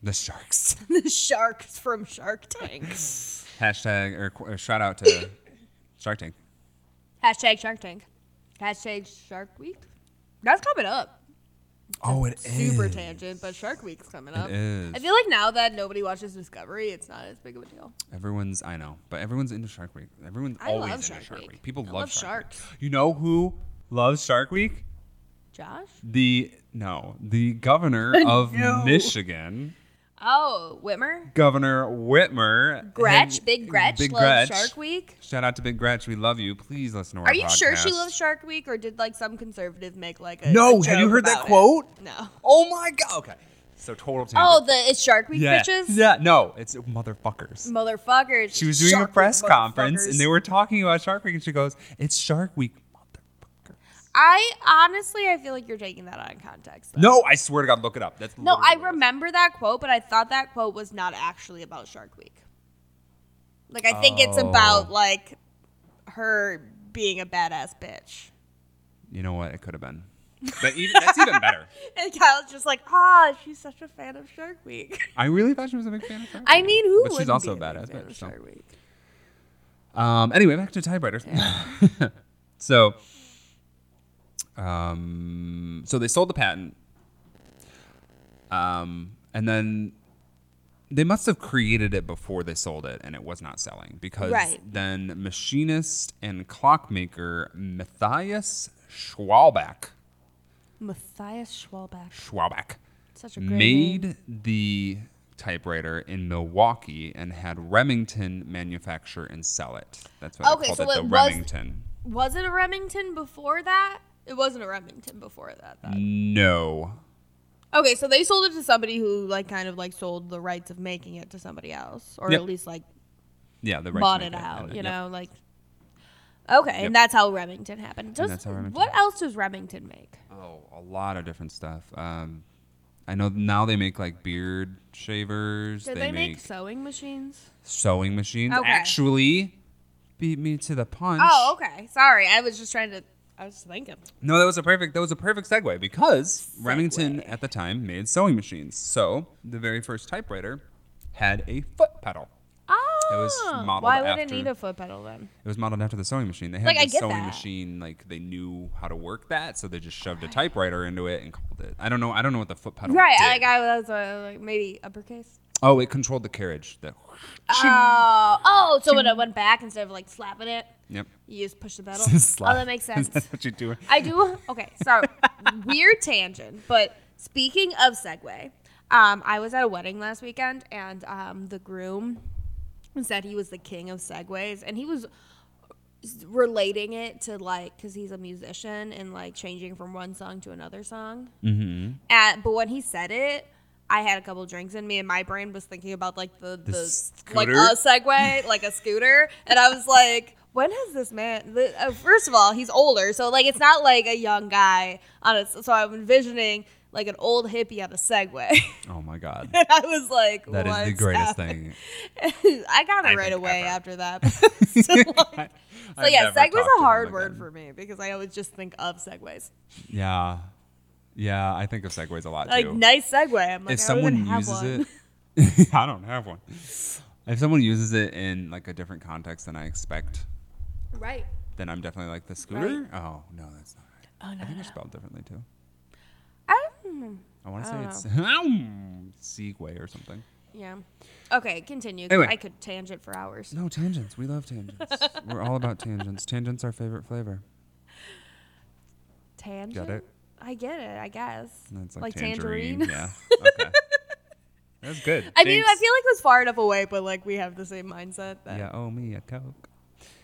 Speaker 2: The sharks.
Speaker 1: [laughs] the sharks from Shark Tank.
Speaker 2: Hashtag or, qu- or shout out to Shark Tank.
Speaker 1: Hashtag Shark Tank. Hashtag Shark Week. That's coming up.
Speaker 2: Oh, it
Speaker 1: Super tangent, but Shark Week's coming up.
Speaker 2: is.
Speaker 1: I feel like now that nobody watches Discovery, it's not as big of a deal.
Speaker 2: Everyone's I know, but everyone's into Shark Week. Everyone's
Speaker 1: I
Speaker 2: always
Speaker 1: love
Speaker 2: into
Speaker 1: Shark
Speaker 2: Shark Week.
Speaker 1: Week.
Speaker 2: People
Speaker 1: I
Speaker 2: love,
Speaker 1: love
Speaker 2: Shark
Speaker 1: sharks.
Speaker 2: Week. You know who loves Shark Week?
Speaker 1: Josh?
Speaker 2: The no,
Speaker 1: [laughs]
Speaker 2: the governor of Michigan.
Speaker 1: Oh, Whitmer?
Speaker 2: Governor Whitmer.
Speaker 1: Gretch?
Speaker 2: and-
Speaker 1: Big Gretch
Speaker 2: Big
Speaker 1: loves
Speaker 2: Gretch.
Speaker 1: Shark Week?
Speaker 2: Shout out to Big Gretch. We love you. Please listen to our
Speaker 1: Are you sure she
Speaker 2: podcast.
Speaker 1: loves Shark Week or did like some conservative make like a
Speaker 2: No,
Speaker 1: a
Speaker 2: have you
Speaker 1: joke
Speaker 2: heard that
Speaker 1: about it?
Speaker 2: quote?
Speaker 1: No.
Speaker 2: Oh my god. Okay. So total tangent.
Speaker 1: Oh, the it's Shark Week
Speaker 2: yeah.
Speaker 1: bitches?
Speaker 2: Yeah, no, it's motherfuckers.
Speaker 1: Motherfuckers.
Speaker 2: She was doing
Speaker 1: Shark
Speaker 2: a
Speaker 1: Week
Speaker 2: press conference
Speaker 1: motherfuckers.
Speaker 2: and they were talking about Shark Week and she goes, "It's Shark Week." motherfucker."
Speaker 1: I honestly, I feel like you're taking that out of context. though.
Speaker 2: No, I swear to God, look it up. That's
Speaker 1: No,
Speaker 2: literally
Speaker 1: I
Speaker 2: what it is.
Speaker 1: remember that quote, but I thought that quote was not actually about Shark Week. Like, I think it's about,
Speaker 2: Oh.
Speaker 1: like, her being a badass bitch.
Speaker 2: You know what? It could have [laughs] been. But even, that's even better.
Speaker 1: And Kyle's just like, ah, she's such a fan of Shark Week.
Speaker 2: I really thought she was a big fan of Shark Week.
Speaker 1: I mean, who
Speaker 2: But she's
Speaker 1: wouldn't
Speaker 2: also
Speaker 1: be
Speaker 2: a
Speaker 1: big
Speaker 2: badass
Speaker 1: fan
Speaker 2: bitch,
Speaker 1: of
Speaker 2: so.
Speaker 1: Shark Week?
Speaker 2: Um, anyway, back to typewriters. [laughs] so, um, so they sold the patent, um, and then they must have created it before they sold it, and it was not selling because
Speaker 1: Right.
Speaker 2: then machinist and clockmaker Matthias Schwalbach
Speaker 1: Matthias Schwalbach.
Speaker 2: Schwalbach
Speaker 1: Such a great name.
Speaker 2: made the typewriter in Milwaukee and had Remington manufacture and sell it. That's what
Speaker 1: Okay,
Speaker 2: they called
Speaker 1: so
Speaker 2: it, the
Speaker 1: it was-
Speaker 2: Remington.
Speaker 1: Was it a Remington before that? It wasn't a Remington before that. Then.
Speaker 2: No.
Speaker 1: Okay, so they sold it to somebody who, like, kind of, like, sold the rights of making it to somebody else. Or
Speaker 2: Yep.
Speaker 1: at least, like,
Speaker 2: Yeah, the right
Speaker 1: bought
Speaker 2: to
Speaker 1: it
Speaker 2: make
Speaker 1: out,
Speaker 2: and- uh,
Speaker 1: you
Speaker 2: yep.
Speaker 1: know, like Okay,
Speaker 2: Yep.
Speaker 1: and that's how Remington happened. Does,
Speaker 2: that's how Remington-
Speaker 1: What else does Remington make?
Speaker 2: Oh, a lot of different stuff. Um, I know now they make like beard shavers.
Speaker 1: Did
Speaker 2: they,
Speaker 1: they,
Speaker 2: make,
Speaker 1: make, sewing machines?
Speaker 2: sewing machines.
Speaker 1: Okay.
Speaker 2: Actually, beat me to the punch.
Speaker 1: Oh, okay. Sorry, I was just trying to. I was thinking.
Speaker 2: No, that was a perfect that was a perfect segue because Remington
Speaker 1: Segue.
Speaker 2: at the time made sewing machines. So the very first typewriter had a foot pedal.
Speaker 1: Oh,
Speaker 2: was modeled
Speaker 1: why would it
Speaker 2: after-
Speaker 1: need a foot pedal then?
Speaker 2: It was modeled after the sewing machine. They had
Speaker 1: Like, I
Speaker 2: the
Speaker 1: get
Speaker 2: sewing
Speaker 1: that.
Speaker 2: machine, like they knew how to work that, so they just shoved a typewriter into it and called it. I don't know. I don't know what the foot pedal.
Speaker 1: Right,
Speaker 2: did.
Speaker 1: like I was uh, like maybe uppercase.
Speaker 2: oh, it controlled the carriage. The, Mm.
Speaker 1: Oh, oh, so when it went back instead of like slapping it,
Speaker 2: [laughs] yep.
Speaker 1: you just push the pedal.
Speaker 2: Slap.
Speaker 1: Oh, that
Speaker 2: [laughs]
Speaker 1: makes sense.
Speaker 2: That's what you do.
Speaker 1: [laughs] I do. Okay, so weird tangent, but speaking of Segway, um, I was at a wedding last weekend, and um, the groom said he was the king of segues, and he was relating it to like because he's a musician and like changing from one song to another song.
Speaker 2: Mm-hmm.
Speaker 1: At, but when he said it, I had a couple drinks in me, and my brain was thinking about like the the, like
Speaker 2: scooter?
Speaker 1: a Segway, like a scooter, and I was like, when has this man? The, uh, first of all, he's older, so like it's not like a young guy on a. So I'm envisioning like an old hippie on a Segway,
Speaker 2: Oh my [laughs] God.
Speaker 1: [laughs] and I was like,
Speaker 2: That is the
Speaker 1: "What's
Speaker 2: [laughs] greatest
Speaker 1: happening?"
Speaker 2: thing.
Speaker 1: [laughs] I got it
Speaker 2: I
Speaker 1: right
Speaker 2: think
Speaker 1: away
Speaker 2: ever.
Speaker 1: after that. [laughs]
Speaker 2: [laughs]
Speaker 1: so like, so
Speaker 2: I've
Speaker 1: yeah,
Speaker 2: never
Speaker 1: Segway's
Speaker 2: talked to
Speaker 1: a
Speaker 2: them
Speaker 1: hard
Speaker 2: again.
Speaker 1: word for me because I always just think of Segways.
Speaker 2: Yeah. Yeah, I think of segways a lot
Speaker 1: Like
Speaker 2: too.
Speaker 1: nice Segway. I'm like,
Speaker 2: if
Speaker 1: I don't even
Speaker 2: someone
Speaker 1: have
Speaker 2: uses
Speaker 1: one.
Speaker 2: it, [laughs] I don't have one. If someone uses it in like a different context than I expect,
Speaker 1: [laughs] right.
Speaker 2: then I'm definitely like the scooter. Oh no, that's not right.
Speaker 1: Oh
Speaker 2: I
Speaker 1: no.
Speaker 2: think they're spelled differently too.
Speaker 1: Um,
Speaker 2: I want to say
Speaker 1: Oh.
Speaker 2: it's [laughs] Segway or something.
Speaker 1: yeah. Okay, continue. 'cause
Speaker 2: Anyway.
Speaker 1: I could tangent for hours.
Speaker 2: No tangents. We love tangents.
Speaker 1: [laughs]
Speaker 2: We're all about tangents. Tangents our favorite flavor.
Speaker 1: Tangent.
Speaker 2: it?
Speaker 1: I get it. I guess.
Speaker 2: And it's like,
Speaker 1: Like
Speaker 2: tangerine.
Speaker 1: tangerine.
Speaker 2: Yeah.
Speaker 1: [laughs]
Speaker 2: Okay. That's good.
Speaker 1: I mean, I
Speaker 2: Thanks.
Speaker 1: feel like it was far enough away, but like we have the same mindset that
Speaker 2: Yeah, owe me a coke.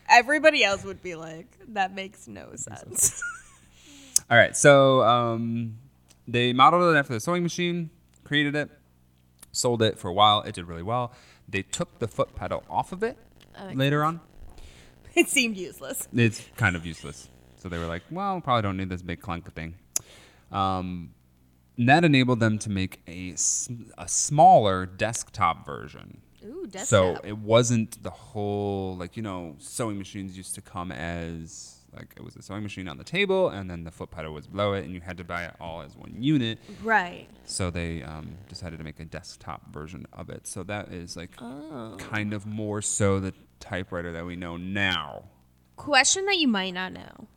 Speaker 1: everybody else would be like, that makes no sense.
Speaker 2: All right, so um, they modeled it after the sewing machine, created it, sold it for a while. It did really well. They took the foot pedal off of it
Speaker 1: That makes
Speaker 2: later on.
Speaker 1: [laughs] it seemed useless.
Speaker 2: It's kind of useless. So they were like, well, probably don't need this big clunk thing. Um, and that enabled them to make a, s- a smaller desktop version.
Speaker 1: Ooh, desktop.
Speaker 2: So it wasn't the whole like you know sewing machines used to come as like it was a sewing machine on the table and then the foot pedal was below it and you had to buy it all as one unit.
Speaker 1: right.
Speaker 2: So they um, decided to make a desktop version of it. So that is like
Speaker 1: Oh.
Speaker 2: kind of more so the typewriter that we know now.
Speaker 1: Question that you might not know.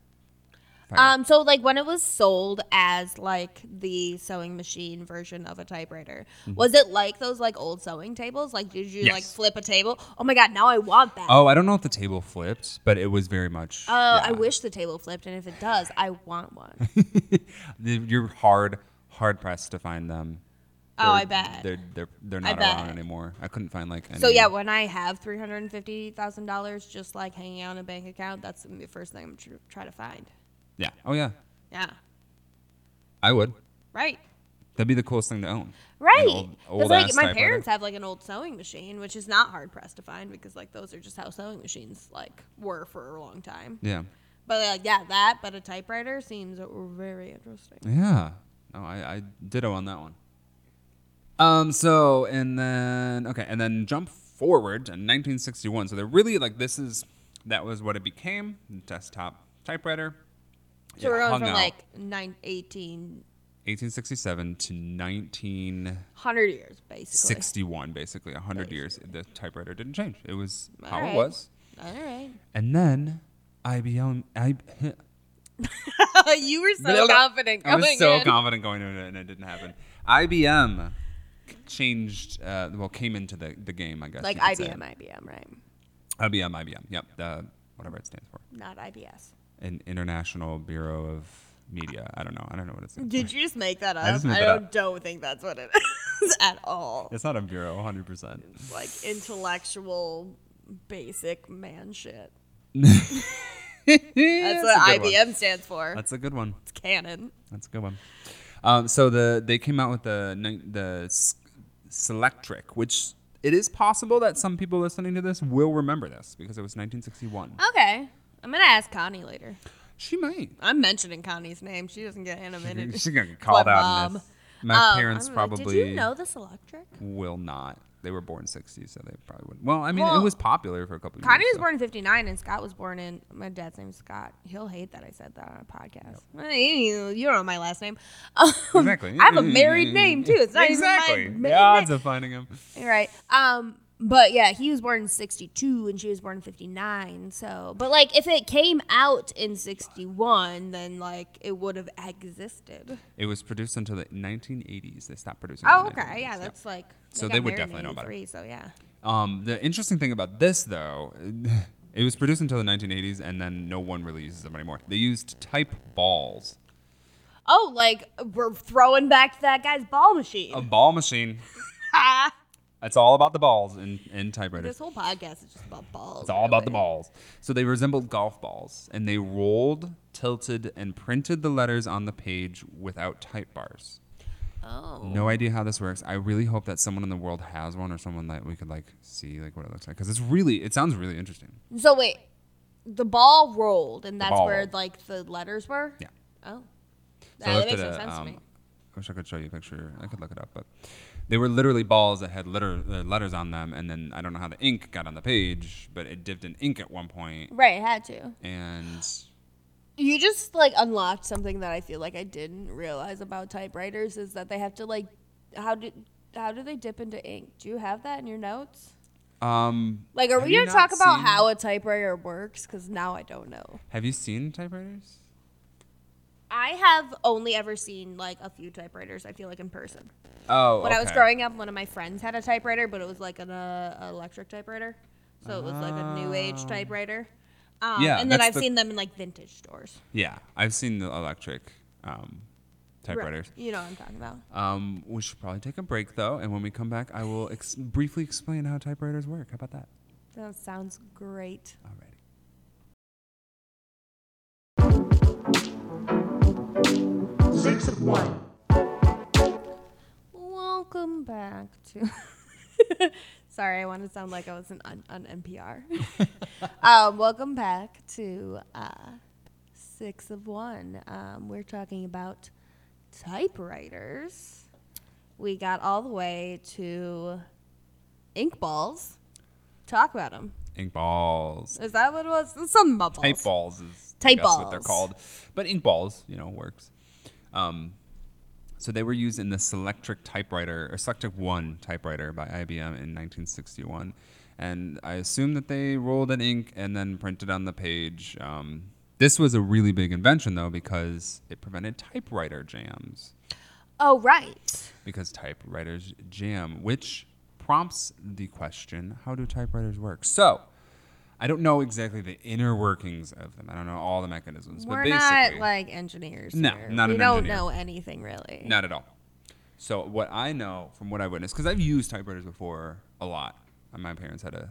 Speaker 2: Fire.
Speaker 1: Um, so like when it was sold as like the sewing machine version of a typewriter, was it like those like old sewing tables? Like did you like
Speaker 2: Mm-hmm. Yes.
Speaker 1: flip a table? Oh my god, now I want that.
Speaker 2: Oh, I don't know if the table flipped, but it was very much.
Speaker 1: Oh, I
Speaker 2: yeah.
Speaker 1: wish the table flipped, and if it does, I want
Speaker 2: [laughs]
Speaker 1: one.
Speaker 2: The- You're hard, hard pressed to find them.
Speaker 1: Oh, I
Speaker 2: They're-
Speaker 1: bet.
Speaker 2: They're they're they're
Speaker 1: I
Speaker 2: not around
Speaker 1: bet.
Speaker 2: anymore. I couldn't find like. Any
Speaker 1: so yeah, when I have three hundred and fifty thousand dollars just like hanging out in a bank account, that's the first thing I'm tr- try to find.
Speaker 2: Yeah. Oh yeah.
Speaker 1: Yeah,
Speaker 2: I would.
Speaker 1: right.
Speaker 2: That'd be the coolest thing to own.
Speaker 1: Right.
Speaker 2: old-
Speaker 1: 'Cause,
Speaker 2: old
Speaker 1: like
Speaker 2: ass
Speaker 1: my
Speaker 2: typewriter.
Speaker 1: parents have like an old sewing machine, which is not hard pressed to find because like those are just how sewing machines like were for a long time.
Speaker 2: Yeah.
Speaker 1: But like yeah, that but a typewriter seems very interesting.
Speaker 2: Yeah. No, I, I ditto on that one. Um. So and then okay, and then jump forward to 1961. So they're really like this is that was what it became. Desktop typewriter.
Speaker 1: So
Speaker 2: It
Speaker 1: we're going
Speaker 2: hung
Speaker 1: from
Speaker 2: out
Speaker 1: like nine, 1800
Speaker 2: 1867 to 1961,
Speaker 1: years basically.
Speaker 2: basically 100 years. The typewriter didn't change. It was how
Speaker 1: Alright.
Speaker 2: it was.
Speaker 1: All right. [laughs]
Speaker 2: And then IBM. I, [laughs]
Speaker 1: you were so
Speaker 2: Blah, blah.
Speaker 1: confident
Speaker 2: I
Speaker 1: coming
Speaker 2: was so
Speaker 1: in.
Speaker 2: confident going into it, and it didn't happen. IBM changed, uh, well, came into the, the game, I guess.
Speaker 1: like
Speaker 2: you could say.
Speaker 1: IBM, IBM, right?
Speaker 2: IBM, IBM. Yep, the, whatever it stands for.
Speaker 1: Not IBS.
Speaker 2: An International Bureau of Media. I don't know. I don't know what
Speaker 1: [laughs]
Speaker 2: it stands
Speaker 1: Did you just make that up?
Speaker 2: I just made that
Speaker 1: don't,
Speaker 2: up.
Speaker 1: don't think that's what it [laughs] is at all.
Speaker 2: for. It's not a bureau, 100%.
Speaker 1: like intellectual basic man shit. That's what IBM stands for.
Speaker 2: That's a good one.
Speaker 1: it's canon.
Speaker 2: That's a good one. Um, so the they came out with the ni- the S- Selectric, which it is possible that some people listening to this will remember this because it was
Speaker 1: Uh,
Speaker 2: 1961.
Speaker 1: Okay. I'm gonna ask Connie later.
Speaker 2: She might.
Speaker 1: I'm mentioning Connie's name. She doesn't get
Speaker 2: [laughs]
Speaker 1: animated.
Speaker 2: She's gonna get called
Speaker 1: What,
Speaker 2: out. In this.
Speaker 1: Mom?
Speaker 2: My
Speaker 1: Um,
Speaker 2: parents
Speaker 1: I'm like,
Speaker 2: probably
Speaker 1: Did you know this electric?
Speaker 2: will not. They were born 60s, so they probably wouldn't. Well, I mean, it
Speaker 1: Well,
Speaker 2: was popular for a couple.
Speaker 1: Connie
Speaker 2: years,
Speaker 1: was
Speaker 2: so-
Speaker 1: born in '59, and Scott was born in. My dad's name is Scott. He'll hate that I said that on a podcast. You you don't know my last name. [laughs] Um,
Speaker 2: Exactly.
Speaker 1: I have a
Speaker 2: [laughs]
Speaker 1: married name too. It's not
Speaker 2: exactly.
Speaker 1: even my
Speaker 2: the
Speaker 1: maiden
Speaker 2: odds of finding him.
Speaker 1: Right. Um. But yeah, he was born in '62 and she was born in '59. So, but like, if it came out in '61, then like it would have existed.
Speaker 2: It was produced until the 1980s. They stopped producing. it in
Speaker 1: Oh,
Speaker 2: the
Speaker 1: okay.
Speaker 2: 1980s,
Speaker 1: Yeah, that's like.
Speaker 2: So
Speaker 1: got
Speaker 2: they would
Speaker 1: married in
Speaker 2: definitely know about it.
Speaker 1: 83, So yeah.
Speaker 2: Um, the interesting thing about this, though, [laughs] it was produced until the 1980s, and then no one really uses them anymore. They used type balls,
Speaker 1: Oh, like we're throwing back that guy's ball machine.
Speaker 2: a ball machine. It's all about the balls in, in
Speaker 1: [laughs]
Speaker 2: typewriters.
Speaker 1: This whole podcast is just about balls.
Speaker 2: It's all about the
Speaker 1: really.
Speaker 2: balls. So they resembled golf balls, and they rolled, tilted, and printed the letters on the page without type bars.
Speaker 1: Oh.
Speaker 2: No idea how this works. I really hope that someone in the world has one, or someone that we could like see like what it looks like, because it's really, it sounds really interesting.
Speaker 1: So wait, the ball rolled, and that's
Speaker 2: ball
Speaker 1: where
Speaker 2: rolled.
Speaker 1: like the letters were.
Speaker 2: Yeah.
Speaker 1: Oh.
Speaker 2: So I
Speaker 1: that
Speaker 2: looked
Speaker 1: makes
Speaker 2: at
Speaker 1: no
Speaker 2: a,
Speaker 1: sense to
Speaker 2: um,
Speaker 1: me.
Speaker 2: I wish I could show you a picture. I could look it up, but they were literally balls that had letter, uh, letters on them, and then I don't know how the ink got on the page, but it dipped in ink at one point,
Speaker 1: Right, had to.
Speaker 2: and
Speaker 1: You just like unlocked something that I feel like I didn't realize about typewriters is that they have to like how do how do they dip into ink? Do you have that in your notes?
Speaker 2: um,
Speaker 1: Like, are
Speaker 2: Have
Speaker 1: we
Speaker 2: you
Speaker 1: gonna talk
Speaker 2: not
Speaker 1: about
Speaker 2: seen-
Speaker 1: how a typewriter works? Because now I don't know.
Speaker 2: have you seen typewriters?
Speaker 1: I have only ever seen like a few typewriters. I feel like in person.
Speaker 2: Oh,
Speaker 1: When I was
Speaker 2: okay.
Speaker 1: growing up, one of my friends had a typewriter, but it was like an uh, electric typewriter, so it was like a new age
Speaker 2: Oh.
Speaker 1: typewriter. Um,
Speaker 2: Yeah,
Speaker 1: and then
Speaker 2: that's
Speaker 1: I've
Speaker 2: the-
Speaker 1: seen them in like vintage stores.
Speaker 2: Yeah, I've seen the electric um, typewriters.
Speaker 1: You know what I'm talking about.
Speaker 2: Um, we should probably take a break though, and when we come back, I will ex- briefly explain how typewriters work. How about that?
Speaker 1: That sounds great.
Speaker 2: Alrighty.
Speaker 3: Six of one.
Speaker 1: Welcome back to. [laughs] Sorry, I want to sound like I was an, on, on
Speaker 3: [laughs]
Speaker 1: NPR. um, welcome back to uh, Six of One. Um, we're talking about typewriters. We got all the way to ink balls. Talk about them.
Speaker 2: Ink balls,
Speaker 1: Is that what it was? Something about
Speaker 2: type
Speaker 1: balls.
Speaker 2: balls is I
Speaker 1: Type
Speaker 2: guess what they're
Speaker 1: balls.
Speaker 2: called, but ink balls, you know, works. Um, so they were used in the Selectric typewriter or Selectric One typewriter by IBM in 1961, and I assume that they rolled an ink and then printed on the page. Um, this was a really big invention though because it prevented typewriter jams
Speaker 1: Oh, right.
Speaker 2: because typewriters jam, which prompts the question how do typewriters work? So, I don't know exactly the inner workings of them. I don't know all the mechanisms,
Speaker 1: We're
Speaker 2: but
Speaker 1: not
Speaker 2: basically,
Speaker 1: like engineers.
Speaker 2: No,
Speaker 1: here.
Speaker 2: not
Speaker 1: we
Speaker 2: an
Speaker 1: don't
Speaker 2: engineer.
Speaker 1: know anything really.
Speaker 2: not at all. So, what I know from what I witnessed, because I've used typewriters before a lot. Uh, My parents had a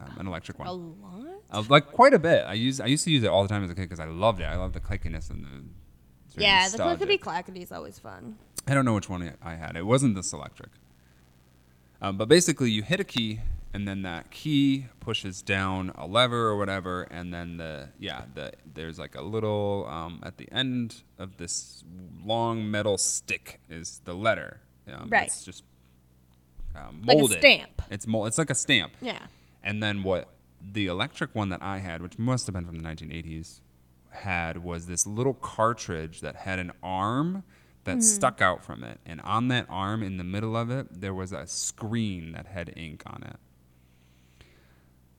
Speaker 2: um, an electric one.
Speaker 1: A lot.
Speaker 2: Uh, like quite a bit. I used I used to use it all the time as a kid because I loved it. I loved the clickiness and the sort of
Speaker 1: Yeah, the
Speaker 2: nostalgia.
Speaker 1: clickety clackety is always fun.
Speaker 2: I don't know which one I had. It wasn't the Selectric. Um, but basically, you hit a key, and then that key pushes down a lever or whatever, and then the yeah, the there's like a little um, at the end of this long metal stick is the letter. Um,
Speaker 1: Right.
Speaker 2: It's just uh,
Speaker 1: Like a
Speaker 2: molded.
Speaker 1: stamp.
Speaker 2: It's mold. It's like a stamp.
Speaker 1: Yeah.
Speaker 2: And then what the electric one that I had, which must have been from the 1980s, had was this little cartridge that had an arm that stuck out from it. And on that arm, in the middle of it, there was a screen that had ink on it.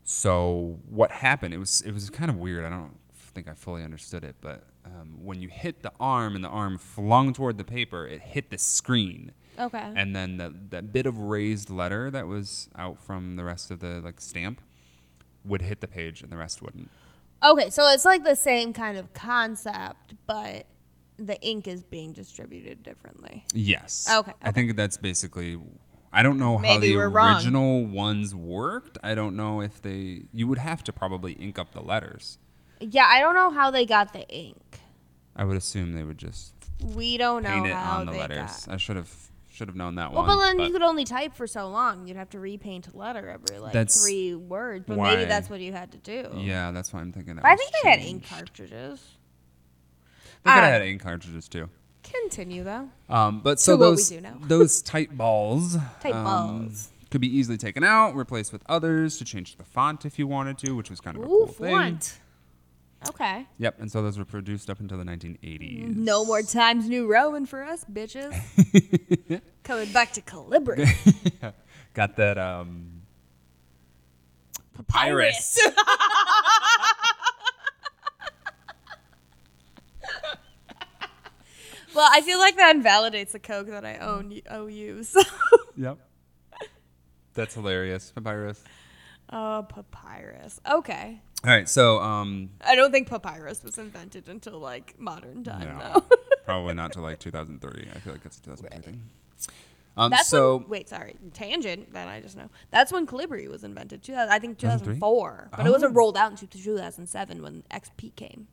Speaker 2: So what happened? It was it was kind of weird. I don't think I fully understood it, but um, when you hit the arm and the arm flung toward the paper, it hit the screen
Speaker 1: Okay.
Speaker 2: and then that that bit of raised letter that was out from the rest of the like stamp would hit the page and the rest wouldn't
Speaker 1: Okay, so it's like the same kind of concept, but the ink is being distributed differently.
Speaker 2: yes
Speaker 1: Okay,
Speaker 2: i think that's basically i don't know how
Speaker 1: Maybe
Speaker 2: the
Speaker 1: we're wrong.
Speaker 2: original ones worked i don't know if they you would have to probably ink up the letters
Speaker 1: Yeah, I don't know how they got the ink.
Speaker 2: i would assume they would just
Speaker 1: We don't know
Speaker 2: paint it
Speaker 1: how
Speaker 2: on the
Speaker 1: they
Speaker 2: letters
Speaker 1: got.
Speaker 2: i should have should have known that
Speaker 1: Well,
Speaker 2: one
Speaker 1: but then you
Speaker 2: but-
Speaker 1: could only type for so long. You'd have to repaint a letter every like
Speaker 2: That's
Speaker 1: three words, but
Speaker 2: why-
Speaker 1: maybe that's what you had to do.
Speaker 2: yeah that's why i'm thinking that
Speaker 1: But I
Speaker 2: was
Speaker 1: think they had ink
Speaker 2: changed.
Speaker 1: cartridges.
Speaker 2: they could
Speaker 1: Ah.
Speaker 2: have had ink cartridges too
Speaker 1: Continue though.
Speaker 2: Um, but so
Speaker 1: To what we
Speaker 2: those
Speaker 1: do now.
Speaker 2: [laughs] those tight balls,
Speaker 1: Tight
Speaker 2: um,
Speaker 1: balls.
Speaker 2: could be easily taken out, replaced with others to change the font if you wanted to, which was kind of a cool
Speaker 1: Ooh,
Speaker 2: thing.
Speaker 1: font. Okay.
Speaker 2: Yep, and so those were produced up until the 1980s.
Speaker 1: No more Times New Roman for us,
Speaker 2: [laughs]
Speaker 1: bitches. Coming back to Calibri.
Speaker 2: Got that um,
Speaker 1: Papyrus. [laughs]
Speaker 2: papyrus.
Speaker 1: Well, I feel like that invalidates the Coke that I own owe you. [laughs] So.
Speaker 2: yep, that's hilarious. Papyrus.
Speaker 1: Oh, papyrus. Okay.
Speaker 2: All right, so um,
Speaker 1: I don't think papyrus was invented until like modern time [laughs]
Speaker 2: no,
Speaker 1: though.
Speaker 2: probably not till like 2003. I feel like that's a 2003 thing. Um,
Speaker 1: That's
Speaker 2: so
Speaker 1: when, wait, sorry, tangent that I just know. That's when Calibri was invented. 2000, I think
Speaker 2: 2003?
Speaker 1: 2004, but it wasn't
Speaker 2: Oh.
Speaker 1: rolled out in 2007 when XP came.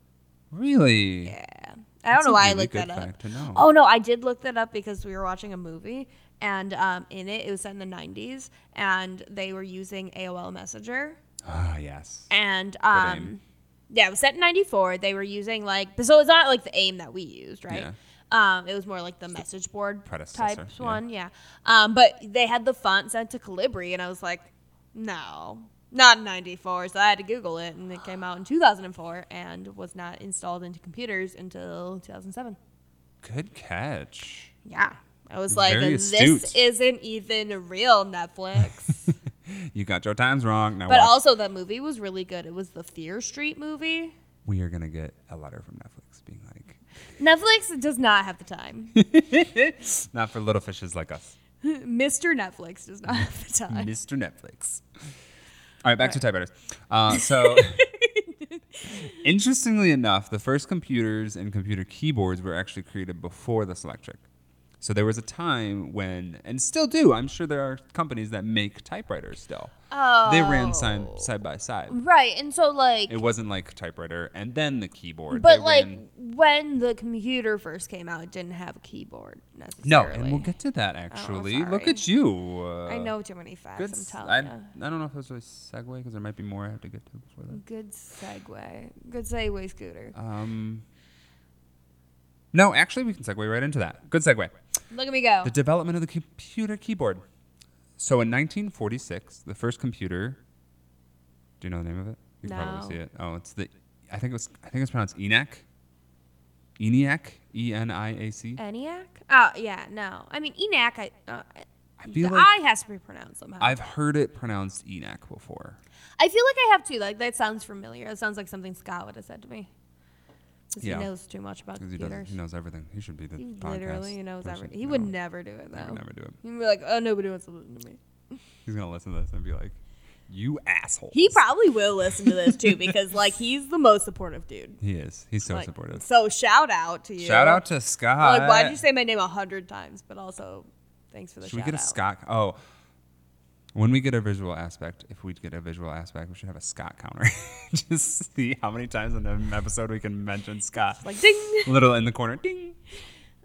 Speaker 2: really,
Speaker 1: Yeah, I don't
Speaker 2: That's a
Speaker 1: know why I
Speaker 2: really
Speaker 1: looked
Speaker 2: good
Speaker 1: that up.
Speaker 2: fact to know.
Speaker 1: Oh no, I did look that up because we were watching a movie, and um, in it, it was set in the 90s, and they were using AOL Messenger.
Speaker 2: ah, yes,
Speaker 1: and
Speaker 2: aim.
Speaker 1: um yeah it was set in 94 they were using like so it's not like the aim that we used right
Speaker 2: Yeah.
Speaker 1: um it was more like the message board
Speaker 2: predecessor,
Speaker 1: type
Speaker 2: yeah.
Speaker 1: one yeah um but they had the font sent to calibri and i was like no not in 94 so i had to google it and it came out in 2004 and was not installed into computers until 2007
Speaker 2: good catch.
Speaker 1: yeah i was like
Speaker 2: Very
Speaker 1: this
Speaker 2: astute.
Speaker 1: isn't even real
Speaker 2: [laughs]
Speaker 1: netflix
Speaker 2: You got your times wrong. Now
Speaker 1: but
Speaker 2: watch.
Speaker 1: also that movie was really good it was the fear street movie
Speaker 2: we are gonna get a letter from Netflix being
Speaker 1: [laughs]
Speaker 2: like,
Speaker 1: Netflix does not have the
Speaker 2: [laughs]
Speaker 1: time.
Speaker 2: not for little fishes like us,
Speaker 1: Mr. Netflix does not have the time.
Speaker 2: Mr. Netflix. All right, back to typewriters.
Speaker 1: [laughs]
Speaker 2: Uh, so, interestingly enough, the first computers and computer keyboards were actually created before the Selectric. So there was a time when, and still do, I'm sure there are companies that make typewriters still. They ran side, side by side.
Speaker 1: Oh. Right, and so like,
Speaker 2: It wasn't like typewriter and then the keyboard.
Speaker 1: but
Speaker 2: They
Speaker 1: like
Speaker 2: ran-
Speaker 1: when the computer first came out, it didn't have a keyboard
Speaker 2: no,
Speaker 1: necessarily. Oh,
Speaker 2: and we'll get to that actually. Look
Speaker 1: sorry.
Speaker 2: at you. Uh,
Speaker 1: I know too many facts.
Speaker 2: Good.
Speaker 1: I'm
Speaker 2: s- I,
Speaker 1: telling you.
Speaker 2: I don't know if that's really segue because there might be more I have to get to before that.
Speaker 1: Good segue. Good segue, Scooter.
Speaker 2: Um, no, actually, we can segue right into that. Good segue.
Speaker 1: Look at me go.
Speaker 2: The development of the computer keyboard. So in 1946, the first computer. Do you know the name of it? You can
Speaker 1: No.
Speaker 2: probably see it. Oh, it's the. I think it was. I think it's pronounced ENIAC. ENIAC. E N I A C.
Speaker 1: ENIAC? Oh yeah, no. I mean ENIAC. I, uh,
Speaker 2: I
Speaker 1: the
Speaker 2: feel like
Speaker 1: I has to be pronounced somehow.
Speaker 2: I've heard it pronounced ENIAC before.
Speaker 1: I feel like I have too. Like that sounds familiar. It sounds like something Scott would have said to me. 'Cause
Speaker 2: Yeah.
Speaker 1: he knows too much about
Speaker 2: Because he, does-
Speaker 1: computers.
Speaker 2: he knows everything. He should be the
Speaker 1: He
Speaker 2: podcast.
Speaker 1: literally knows
Speaker 2: person.
Speaker 1: everything. He
Speaker 2: No,
Speaker 1: would never do it
Speaker 2: he would
Speaker 1: though.
Speaker 2: never do it.
Speaker 1: He'd be like, "Oh, nobody wants to listen to me."
Speaker 2: He's gonna listen to this and be like, "You asshole."
Speaker 1: He probably will listen to this too because like he's the most supportive dude.
Speaker 2: He is. He's so
Speaker 1: Like,
Speaker 2: supportive.
Speaker 1: So shout out to you.
Speaker 2: Shout out to Scott.
Speaker 1: Like, why'd you say my name a hundred times? But also, thanks for the.
Speaker 2: Should we
Speaker 1: shout
Speaker 2: get a
Speaker 1: out.
Speaker 2: Scott? Oh, when we get a visual aspect, if we get a visual aspect, we should have a Scott counter. [laughs] Just see how many times in an episode we can mention Scott.
Speaker 1: Like ding.
Speaker 2: Little in the corner, ding.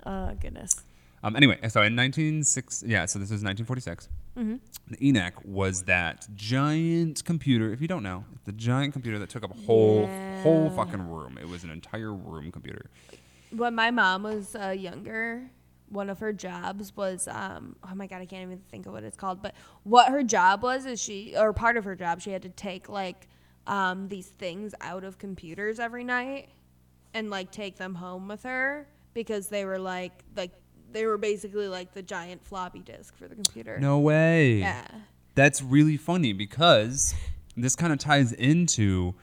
Speaker 1: Oh goodness.
Speaker 2: Um, anyway, so in 1906, yeah, so this is 1946.
Speaker 1: Mm-hmm.
Speaker 2: The E ENAC was that giant computer. If you don't know, it's the giant computer that took up a whole whole
Speaker 1: Yeah.
Speaker 2: fucking room. It was an entire room computer.
Speaker 1: When my mom was uh, younger, one of her jobs was um, oh my god, I can't even think of what it's called. But what her job was is she or part of her job she had to take like um, these things out of computers every night and like take them home with her because they were like like they were basically like the giant floppy disk for the computer.
Speaker 2: No way.
Speaker 1: Yeah.
Speaker 2: That's really funny because this kind of ties into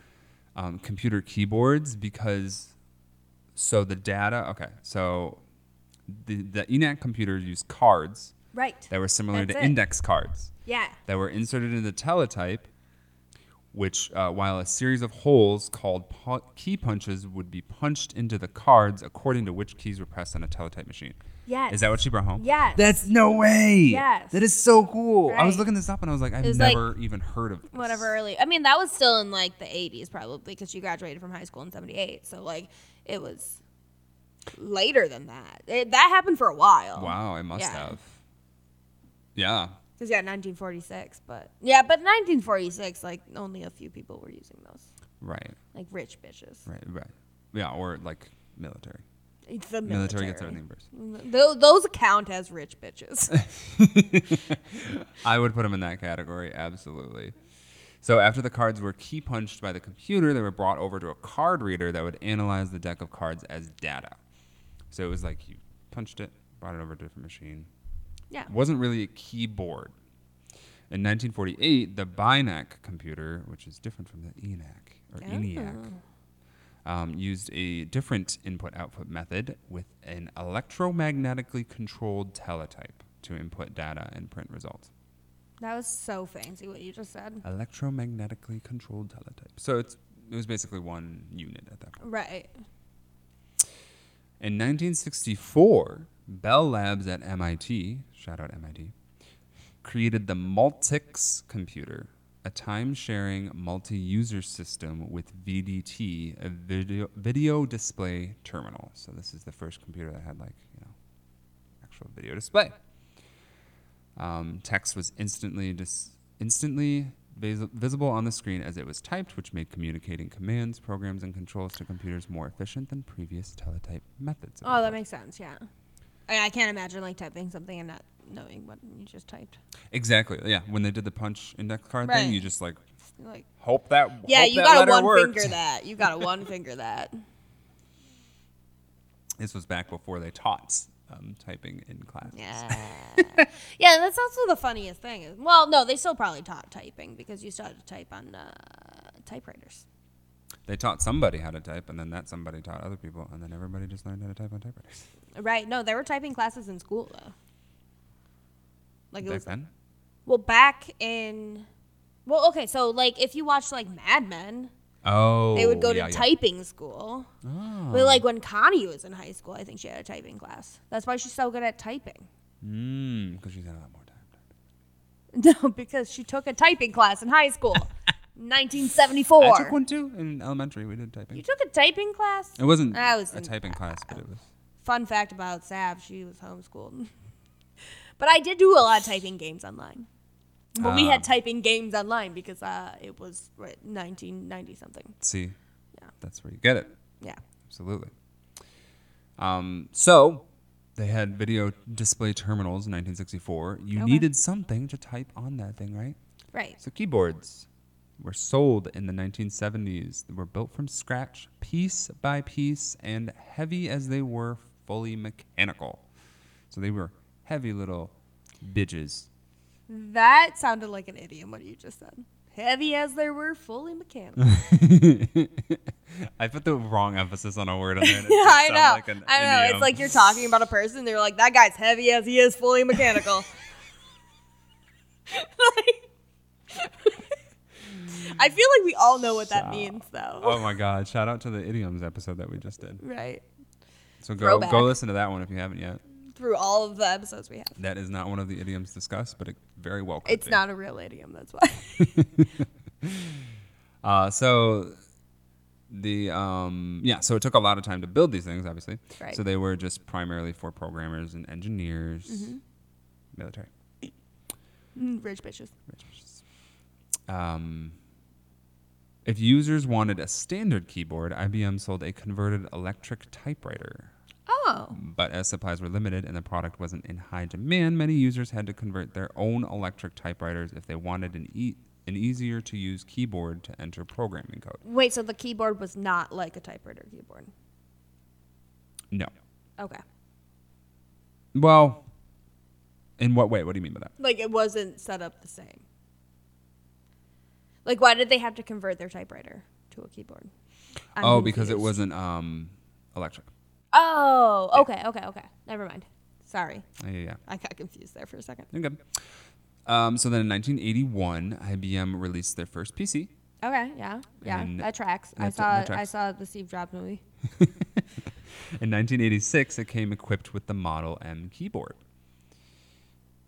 Speaker 2: um, computer keyboards because so the data okay so the the E ENAC computers used cards
Speaker 1: Right.
Speaker 2: that were similar
Speaker 1: That's
Speaker 2: to
Speaker 1: it.
Speaker 2: index cards
Speaker 1: Yeah.
Speaker 2: that were inserted into the teletype, which, uh, while a series of holes called pu- key punches would be punched into the cards according to which keys were pressed on a teletype machine.
Speaker 1: Yes.
Speaker 2: Is that what she brought home?
Speaker 1: Yes.
Speaker 2: That's no way.
Speaker 1: Yes.
Speaker 2: That is so cool. I was
Speaker 1: Right.
Speaker 2: looking this up and I was like, I've
Speaker 1: was like-
Speaker 2: never even heard of this.
Speaker 1: whatever early. I mean, that was still in like the 80s probably because you graduated from high school in 78. So like it was later than that. It, that happened for a while.
Speaker 2: Wow, I must
Speaker 1: Yeah.
Speaker 2: have. Yeah.
Speaker 1: Cuz yeah, 1946, but yeah, but 1946 like only a few people were using those.
Speaker 2: Right.
Speaker 1: Like rich bitches.
Speaker 2: Right. Right. Yeah. Or like military.
Speaker 1: It's the military.
Speaker 2: Military, gets everything first.
Speaker 1: Those, those count as rich
Speaker 2: [laughs]
Speaker 1: bitches.
Speaker 2: I would put them in that category, absolutely. So after the cards were key punched by the computer, they were brought over to a card reader that would analyze the deck of cards as data. So it was like you punched it, brought it over to a different machine.
Speaker 1: yeah.
Speaker 2: It wasn't really a keyboard. In 1948, the Binac computer, which is different from the ENAC or ENIAC, um, used a different input-output method with an electromagnetically controlled teletype to input data and print results
Speaker 1: That was so fancy what you just said.
Speaker 2: electromagnetically controlled teletype. So it's it was basically one unit at that point.
Speaker 1: Right.
Speaker 2: In 1964, Bell Labs at MIT, shout out MIT, created the Multics computer, a time sharing multi user system with VDT, a video, video display terminal. So, this is the first computer that had, like, you know, actual video display. Um, text was instantly dis- instantly vis- visible on the screen as it was typed, which made communicating commands, programs, and controls to computers more efficient than previous teletype methods.
Speaker 1: Oh, that makes sense. Yeah. I, I can't imagine like typing something and not knowing what you just typed.
Speaker 2: exactly. Yeah, when they did the punch index card thing,
Speaker 1: Right.
Speaker 2: you just like
Speaker 1: You're like,
Speaker 2: hope that
Speaker 1: yeah,
Speaker 2: hope
Speaker 1: you
Speaker 2: that
Speaker 1: got
Speaker 2: letter
Speaker 1: to one
Speaker 2: worked.
Speaker 1: finger that. You got to one
Speaker 2: [laughs]
Speaker 1: finger that.
Speaker 2: This was back before they taught um, typing in class.
Speaker 1: Yeah.
Speaker 2: [laughs]
Speaker 1: yeah, that's also the funniest thing. is- Well, no, they still probably taught typing because you still had to type on uh, typewriters.
Speaker 2: They taught somebody how to type, and then that somebody taught other people, and then everybody just learned how to type on typewriters.
Speaker 1: Right. No, there were typing classes in school, though. Like, it
Speaker 2: Back
Speaker 1: was.
Speaker 2: then,
Speaker 1: Well, back in. Well, okay, so, like, if you watched, like, Mad Men,
Speaker 2: oh,
Speaker 1: they would go
Speaker 2: yeah,
Speaker 1: to
Speaker 2: yeah.
Speaker 1: typing school.
Speaker 2: Ah.
Speaker 1: But, like, when Connie was in high school, I think she had a typing class. That's why she's so good at typing.
Speaker 2: Mm, because she's had a lot more time.
Speaker 1: [laughs] No, because she took a typing class in high
Speaker 2: [laughs]
Speaker 1: school, 1974.
Speaker 2: I took one too in elementary. We did typing.
Speaker 1: You took a typing class?
Speaker 2: it wasn't
Speaker 1: I was
Speaker 2: a
Speaker 1: in-
Speaker 2: typing class, but it was.
Speaker 1: Fun fact about Sav, she was homeschooled. [laughs] but I did do a lot of typing games online. But we
Speaker 2: Ah.
Speaker 1: had typing games online because uh, it was right, 1990 something.
Speaker 2: See,
Speaker 1: Yeah.
Speaker 2: that's where you get it.
Speaker 1: Yeah.
Speaker 2: Absolutely. Um, so they had video display terminals in 1964. You
Speaker 1: Okay.
Speaker 2: needed something to type on that thing, right?
Speaker 1: Right.
Speaker 2: So keyboards were sold in the 1970s. They were built from scratch, piece by piece, and heavy as they were, fully mechanical. So they were heavy little bitches. [laughs]
Speaker 1: That sounded like an idiom, what you just said. Heavy as they were, fully mechanical.
Speaker 2: I put the wrong emphasis on a word on there.
Speaker 1: [laughs]
Speaker 2: and it
Speaker 1: yeah,
Speaker 2: just
Speaker 1: I
Speaker 2: sound
Speaker 1: know.
Speaker 2: like an
Speaker 1: I know.
Speaker 2: idiom.
Speaker 1: It's like you're talking about a person. They're like, that guy's heavy as he is, fully
Speaker 2: [laughs]
Speaker 1: mechanical. [laughs] Like- I feel like we all know what that
Speaker 2: So-
Speaker 1: means, though.
Speaker 2: [laughs] Oh my god! Shout out to the idioms episode that we just did.
Speaker 1: Right.
Speaker 2: So go
Speaker 1: Throwback.
Speaker 2: go listen to that one if you haven't yet.
Speaker 1: Through all of the episodes we have.
Speaker 2: That is not one of the idioms discussed, but it very well could
Speaker 1: It's
Speaker 2: be.
Speaker 1: not a real idiom, that's why.
Speaker 2: [laughs] Uh, so the um, yeah, so it took a lot of time to build these things, obviously.
Speaker 1: Right.
Speaker 2: So they were just primarily for programmers and engineers, military.
Speaker 1: Mm, Rich bitches.
Speaker 2: Um, if users wanted a standard keyboard, IBM sold a converted electric typewriter.
Speaker 1: Oh.
Speaker 2: But as supplies were limited and the product wasn't in high demand, many users had to convert their own electric typewriters if they wanted an, e- an easier to use keyboard to enter programming code.
Speaker 1: Wait, so the keyboard was not like a typewriter keyboard.
Speaker 2: No.
Speaker 1: Okay.
Speaker 2: Well, in what way? What do you mean by that?
Speaker 1: Like it wasn't set up the same. Like why did they have to convert their typewriter to a keyboard? I'm
Speaker 2: oh, because it
Speaker 1: confused.
Speaker 2: wasn't um, electric.
Speaker 1: Oh, okay, okay, okay. Never mind. Sorry.
Speaker 2: Yeah, yeah, yeah.
Speaker 1: I got confused there for a second.
Speaker 2: You're good. Um, so then in 1981, IBM released their first PC.
Speaker 1: Okay, yeah. Yeah.
Speaker 2: And
Speaker 1: that tracks. I
Speaker 2: that-
Speaker 1: saw
Speaker 2: that
Speaker 1: I
Speaker 2: tracks.
Speaker 1: saw the Steve Jobs movie.
Speaker 2: [laughs] In 1986, it came equipped with the Model M keyboard.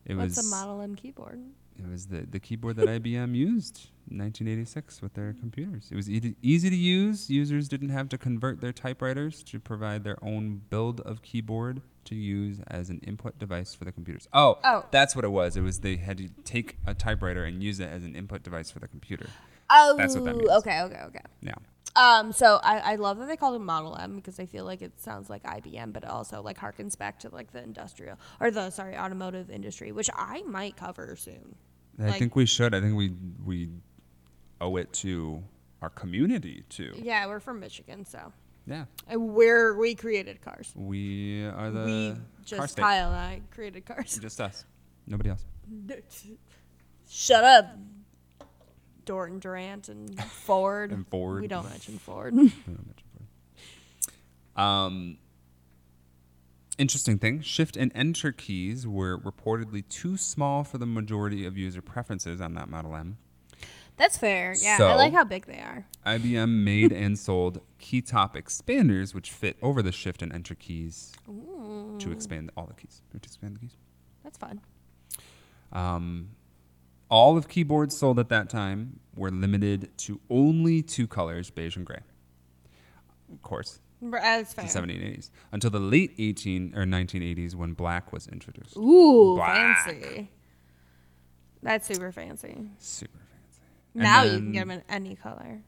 Speaker 2: It
Speaker 1: What's
Speaker 2: was
Speaker 1: a Model M keyboard?
Speaker 2: It was the, the keyboard that IBM used in 1986 with their computers. It was easy, easy to use. Users didn't have to convert their typewriters to provide their own build of keyboard to use as an input device for the computers. Oh,
Speaker 1: Oh.
Speaker 2: that's what it was. It was they had to take a typewriter and use it as an input device for the computer.
Speaker 1: Oh,
Speaker 2: That's what that means.
Speaker 1: okay, okay, okay.
Speaker 2: Yeah.
Speaker 1: Um, so I, I love that they called it Model M because I feel like it sounds like IBM, but it also like harkens back to like the industrial or the sorry automotive industry, which I might cover soon.
Speaker 2: I
Speaker 1: Like-
Speaker 2: think we should. I think we we owe it to our community too. Yeah.
Speaker 1: Yeah, we're from Michigan, so and we're we created cars.
Speaker 2: We are the
Speaker 1: we
Speaker 2: Uh, car
Speaker 1: just
Speaker 2: state.
Speaker 1: Kyle and I created cars.
Speaker 2: Just us. Nobody else.
Speaker 1: [laughs] Shut up, Dorton Durant
Speaker 2: [laughs]
Speaker 1: and Ford.
Speaker 2: And Ford.
Speaker 1: We don't mention
Speaker 2: [laughs]
Speaker 1: Ford.
Speaker 2: I don't mention Ford. Um, interesting thing shift and enter keys were reportedly too small for the majority of user preferences on that Model M.
Speaker 1: That's fair. Yeah, I
Speaker 2: So-
Speaker 1: like how big they are.
Speaker 2: IBM made and sold key top expanders, which fit over the shift and enter keys to expand all the keys. or To expand the keys.
Speaker 1: That's fun.
Speaker 2: Um, all of keyboards sold at that time were limited to only two colors, beige and gray. Of course,
Speaker 1: That's fair.
Speaker 2: the 70s and 80s. Until the late 18 or 1980s when black was introduced.
Speaker 1: Ooh,
Speaker 2: Black.
Speaker 1: fancy. That's super fancy.
Speaker 2: Super fancy. And
Speaker 1: Now you can
Speaker 2: then-
Speaker 1: get them in any color.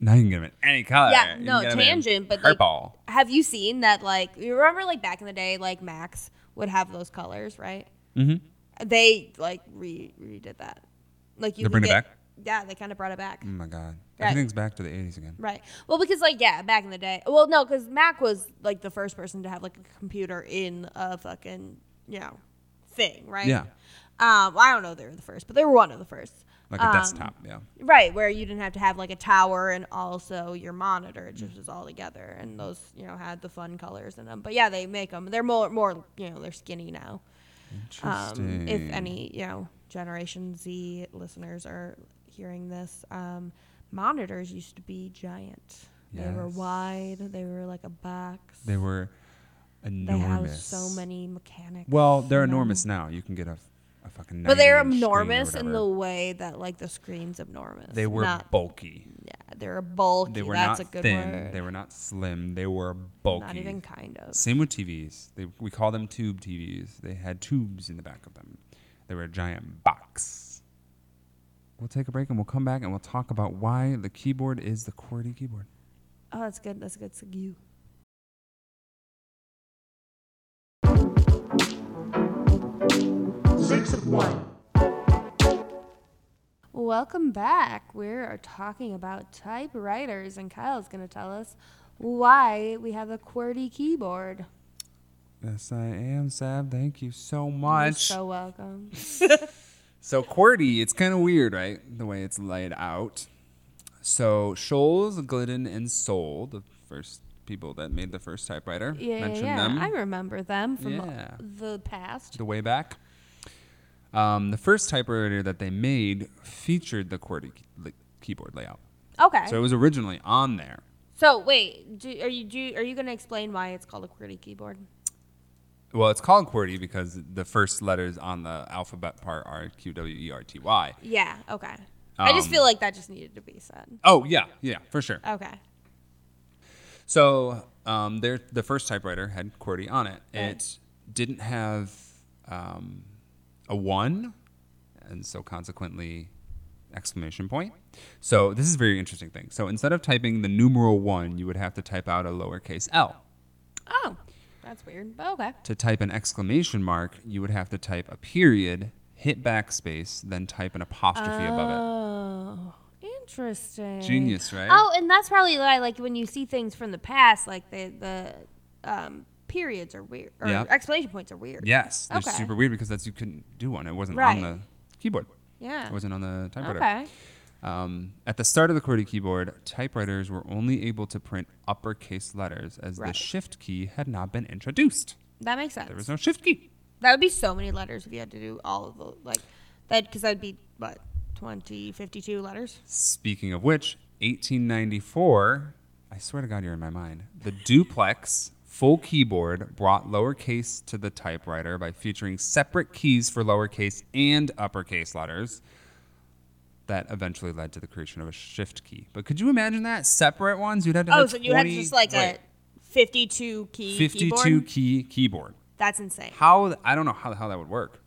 Speaker 2: Now you can get them in any color.
Speaker 1: Yeah,
Speaker 2: You can
Speaker 1: no,
Speaker 2: get 'em in
Speaker 1: tangent, but, like-
Speaker 2: purple.
Speaker 1: Have you seen that? Like, you remember, like back in the day, like Max would have those colors, right?
Speaker 2: mm-hmm.
Speaker 1: They like re redid that. Like you
Speaker 2: They
Speaker 1: could
Speaker 2: bring it
Speaker 1: get-
Speaker 2: back?
Speaker 1: Yeah, they kind of brought it back.
Speaker 2: Oh my god,
Speaker 1: Right.
Speaker 2: everything's back to the 80s again.
Speaker 1: Right. Well, because like yeah, back in the day. Well, no, because Mac was like the first person to have like a computer in a fucking you know thing, right?
Speaker 2: Yeah.
Speaker 1: Um, I don't know if they were the first, but they were one of the first.
Speaker 2: Like a
Speaker 1: Um,
Speaker 2: desktop, yeah.
Speaker 1: Right, where you didn't have to have like a tower and also your monitor.
Speaker 2: Mm.
Speaker 1: It just was all together, and those you know had the fun colors in them. But yeah, they make them. They're more more you know they're skinny now. Um,
Speaker 2: Interesting.
Speaker 1: if any you know Generation Z listeners are hearing this, um, monitors used to be giant. They were
Speaker 2: Yes.
Speaker 1: wide. They were like a box.
Speaker 2: they were
Speaker 1: They housed
Speaker 2: enormous.
Speaker 1: so many mechanics.
Speaker 2: Well, they're
Speaker 1: in them.
Speaker 2: enormous now. You can get a, a fucking.
Speaker 1: But they're
Speaker 2: 90 -inch screen or
Speaker 1: enormous in the
Speaker 2: whatever.
Speaker 1: way that like the screen's abnormous.
Speaker 2: They were
Speaker 1: not
Speaker 2: bulky.
Speaker 1: Yeah, they're bulky.
Speaker 2: They were
Speaker 1: That's a
Speaker 2: not
Speaker 1: good
Speaker 2: thin.
Speaker 1: word.
Speaker 2: They were not slim. They were bulky.
Speaker 1: Not even kind of.
Speaker 2: Same with TVs. They, we call them tube TVs. They had tubes in the back of them. They were a giant box. We'll take a break and we'll come back and we'll talk about why the keyboard is the QWERTY keyboard.
Speaker 1: Oh, that's good. That's good. It's you.
Speaker 3: Six of one.
Speaker 1: Welcome back. We are talking about typewriters, and Kyle's going to tell us why we have a QWERTY keyboard.
Speaker 2: Yes, I am, Sav. Thank you so much.
Speaker 1: You're so
Speaker 2: [laughs]
Speaker 1: welcome.
Speaker 2: So QWERTY, it's kind of weird, right? The way it's laid out. So Scholes, Glidden, and Soul, the first people that made the first typewriter,
Speaker 1: Yeah, yeah,
Speaker 2: mentioned
Speaker 1: yeah.
Speaker 2: them
Speaker 1: I remember them from
Speaker 2: Yeah.
Speaker 1: the past.
Speaker 2: the way back. Um, the first typewriter that they made featured the QWERTY key- li- keyboard layout.
Speaker 1: Okay.
Speaker 2: So it
Speaker 1: So,
Speaker 2: was originally on there.
Speaker 1: wait, do, are you do are you going to explain why it's called a QWERTY keyboard?
Speaker 2: Well, it's called QWERTY because the first letters on the alphabet part are Q W E R T Y.
Speaker 1: Yeah. Okay. I just
Speaker 2: Um,
Speaker 1: feel like that just needed to be said.
Speaker 2: Oh, yeah, yeah, for sure.
Speaker 1: Okay.
Speaker 2: So um, their the first typewriter had QWERTY on it. It didn't have um, a one, and so consequently exclamation point. So this is a very interesting thing. So instead of typing the numeral one, you would have to type out a lowercase l.
Speaker 1: Oh, that's weird. But okay.
Speaker 2: To type an exclamation mark, you would have to type a period, hit backspace, then type an apostrophe above it.
Speaker 1: Oh, interesting.
Speaker 2: Genius, right?
Speaker 1: Oh, and that's probably why, like, when you see things from the past, like the the um, periods are weird, or
Speaker 2: Yeah.
Speaker 1: explanation points are weird.
Speaker 2: Yes, they're
Speaker 1: Okay.
Speaker 2: super weird because that's you couldn't do one. It wasn't
Speaker 1: Right.
Speaker 2: on the keyboard.
Speaker 1: Yeah.
Speaker 2: It wasn't on the typewriter.
Speaker 1: Okay.
Speaker 2: Um, at the start of the QWERTY keyboard, typewriters were only able to print uppercase letters as the
Speaker 1: Right.
Speaker 2: shift key had not been introduced.
Speaker 1: That makes sense.
Speaker 2: There was no shift key.
Speaker 1: that would be so many letters if you had to do all of the like that because that'd be what 20, 52 letters.
Speaker 2: Speaking of which, 1894, I swear to God, you're in my mind. The duplex full keyboard brought lowercase to the typewriter by featuring separate keys for lowercase and uppercase letters. That eventually led to the creation of a shift key. But could you imagine that? Separate ones? You'd have to
Speaker 1: Oh,
Speaker 2: have
Speaker 1: so you had
Speaker 2: 20
Speaker 1: just like
Speaker 2: wait,
Speaker 1: a fifty-two key
Speaker 2: 52
Speaker 1: keyboard.
Speaker 2: key keyboard.
Speaker 1: That's insane.
Speaker 2: How th- I don't know how the hell that would work.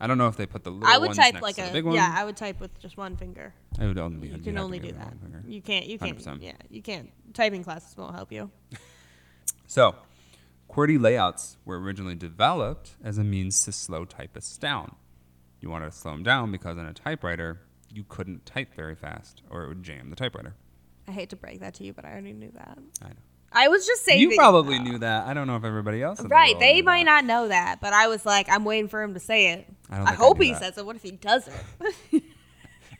Speaker 2: I don't know if they put the little
Speaker 1: I would
Speaker 2: ones
Speaker 1: type
Speaker 2: next
Speaker 1: like
Speaker 2: to the
Speaker 1: a
Speaker 2: big one.
Speaker 1: yeah. I would type with just one finger.
Speaker 2: it would only be
Speaker 1: You
Speaker 2: you'd
Speaker 1: can
Speaker 2: have to
Speaker 1: only
Speaker 2: go
Speaker 1: do
Speaker 2: with
Speaker 1: that.
Speaker 2: one finger.
Speaker 1: You can't. You can't.
Speaker 2: 100%.
Speaker 1: Yeah, you can't. Typing classes won't help you.
Speaker 2: So, QWERTY layouts were originally developed as a means to slow typists down. You wanted to slow them down because on a typewriter you couldn't type very fast, or it would jam the typewriter.
Speaker 1: I hate to break that to you, but I already knew that.
Speaker 2: I know.
Speaker 1: I was just saying.
Speaker 2: you probably knew that. I don't know if everybody else. in the
Speaker 1: Right.
Speaker 2: world
Speaker 1: They
Speaker 2: knew
Speaker 1: might
Speaker 2: that.
Speaker 1: not know that, but I was like, I'm waiting for him to say it.
Speaker 2: I don't
Speaker 1: I
Speaker 2: think I
Speaker 1: hope
Speaker 2: knew
Speaker 1: he
Speaker 2: that.
Speaker 1: says it. What if he doesn't?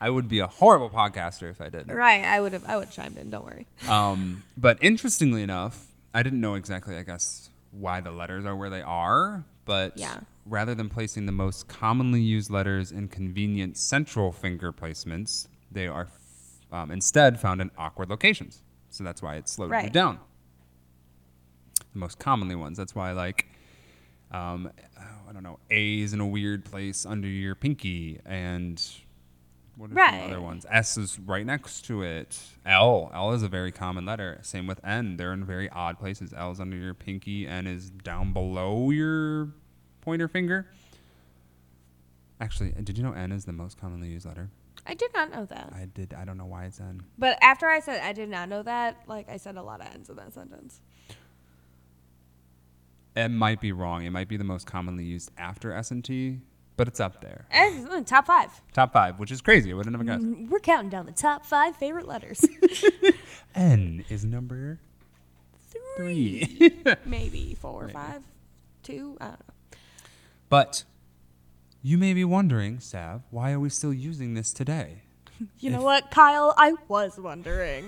Speaker 2: I would be a horrible podcaster if I
Speaker 1: [laughs]
Speaker 2: did.
Speaker 1: right. I would have. I would have chimed in. Don't worry.
Speaker 2: Um, but interestingly enough, I didn't know exactly, I guess, why the letters are where they are. But
Speaker 1: Yeah.
Speaker 2: rather than placing the most commonly used letters in convenient central finger placements, they are f- um, instead found in awkward locations. So that's why it slowed you
Speaker 1: Right.
Speaker 2: down. The most commonly ones. That's why, like, um, oh, I don't know, A's in a weird place under your pinky, and what are some other
Speaker 1: Right.
Speaker 2: ones? S is right next to it. L, L is a very common letter. Same with N. They're in very odd places. L is under your pinky. N is down below your pointer finger. Actually, did you know N is the most commonly used letter?
Speaker 1: I did not know that.
Speaker 2: I did. I don't know why it's N.
Speaker 1: But after I said I did not know that, like I said a lot of ends in that sentence.
Speaker 2: It might be wrong. It might be the most commonly used after S and T, but it's up there.
Speaker 1: And, mm, top five. Mm,
Speaker 2: Top five, which is crazy. I would have never guessed.
Speaker 1: We're counting down the top five favorite [laughs] letters.
Speaker 2: N is number three.
Speaker 1: Maybe four or five. Two. I don't know.
Speaker 2: But you may be wondering, Sav, why are we still using this today?
Speaker 1: You know what, Kyle? I was
Speaker 2: [laughs]
Speaker 1: wondering.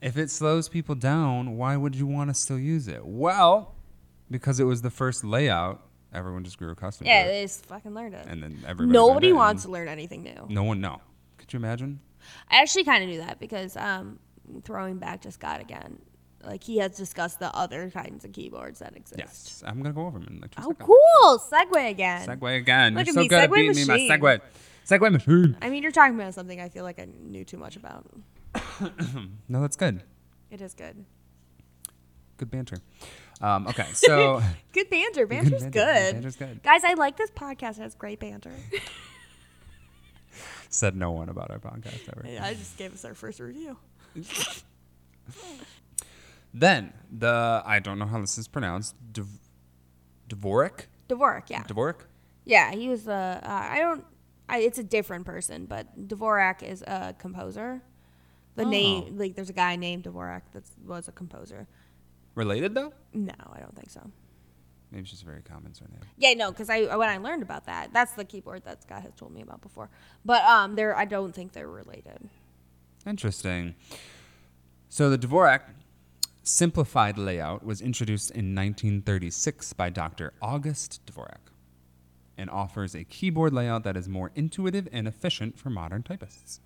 Speaker 2: If it slows people down, why would you want to still use it? Well, because it was the first layout. Everyone just grew accustomed
Speaker 1: Yeah,
Speaker 2: to it.
Speaker 1: they just fucking learned it.
Speaker 2: And then everybody.
Speaker 1: Nobody
Speaker 2: went in.
Speaker 1: wants to learn anything new.
Speaker 2: No one, no. Could you imagine?
Speaker 1: I actually kind of knew that because um, throwing back to Scott again, like he has discussed the other kinds of keyboards that exist.
Speaker 2: Yes. I'm going to go over them in like two
Speaker 1: Oh,
Speaker 2: seconds.
Speaker 1: cool! Segway again.
Speaker 2: Segway again.
Speaker 1: Look
Speaker 2: You're
Speaker 1: at
Speaker 2: so
Speaker 1: me,
Speaker 2: good at
Speaker 1: Segway
Speaker 2: beating me,
Speaker 1: machine.
Speaker 2: my Segway. Segway machine.
Speaker 1: I mean, you're talking about something I feel like I knew too much about.
Speaker 2: No, that's good.
Speaker 1: It is good.
Speaker 2: Good banter. Um, okay,
Speaker 1: [laughs]
Speaker 2: so [laughs]
Speaker 1: Good banter. Banter's
Speaker 2: banter.
Speaker 1: good.
Speaker 2: Banter's good.
Speaker 1: Guys, I like this podcast. It has great banter. [laughs]
Speaker 2: said no one about our podcast ever.
Speaker 1: I just gave us our first review.
Speaker 2: Then the I don't know how this is pronounced. Dv- Dvorak.
Speaker 1: Dvorak, yeah.
Speaker 2: Dvorak.
Speaker 1: Yeah, he was the. Uh, I don't. I, it's a different person, but Dvorak is a composer. The name, like, there's a guy named Dvorak that was a composer.
Speaker 2: Related though.
Speaker 1: No, I don't think so.
Speaker 2: Maybe it's just a very common surname.
Speaker 1: Yeah, no, because I when I learned about that, that's the keyboard that Scott has told me about before. But um, they're I don't think they're related.
Speaker 2: Interesting. So the Dvorak simplified layout was introduced in 1936 by Dr. August Dvorak and offers a keyboard layout that is more intuitive and efficient for modern typists.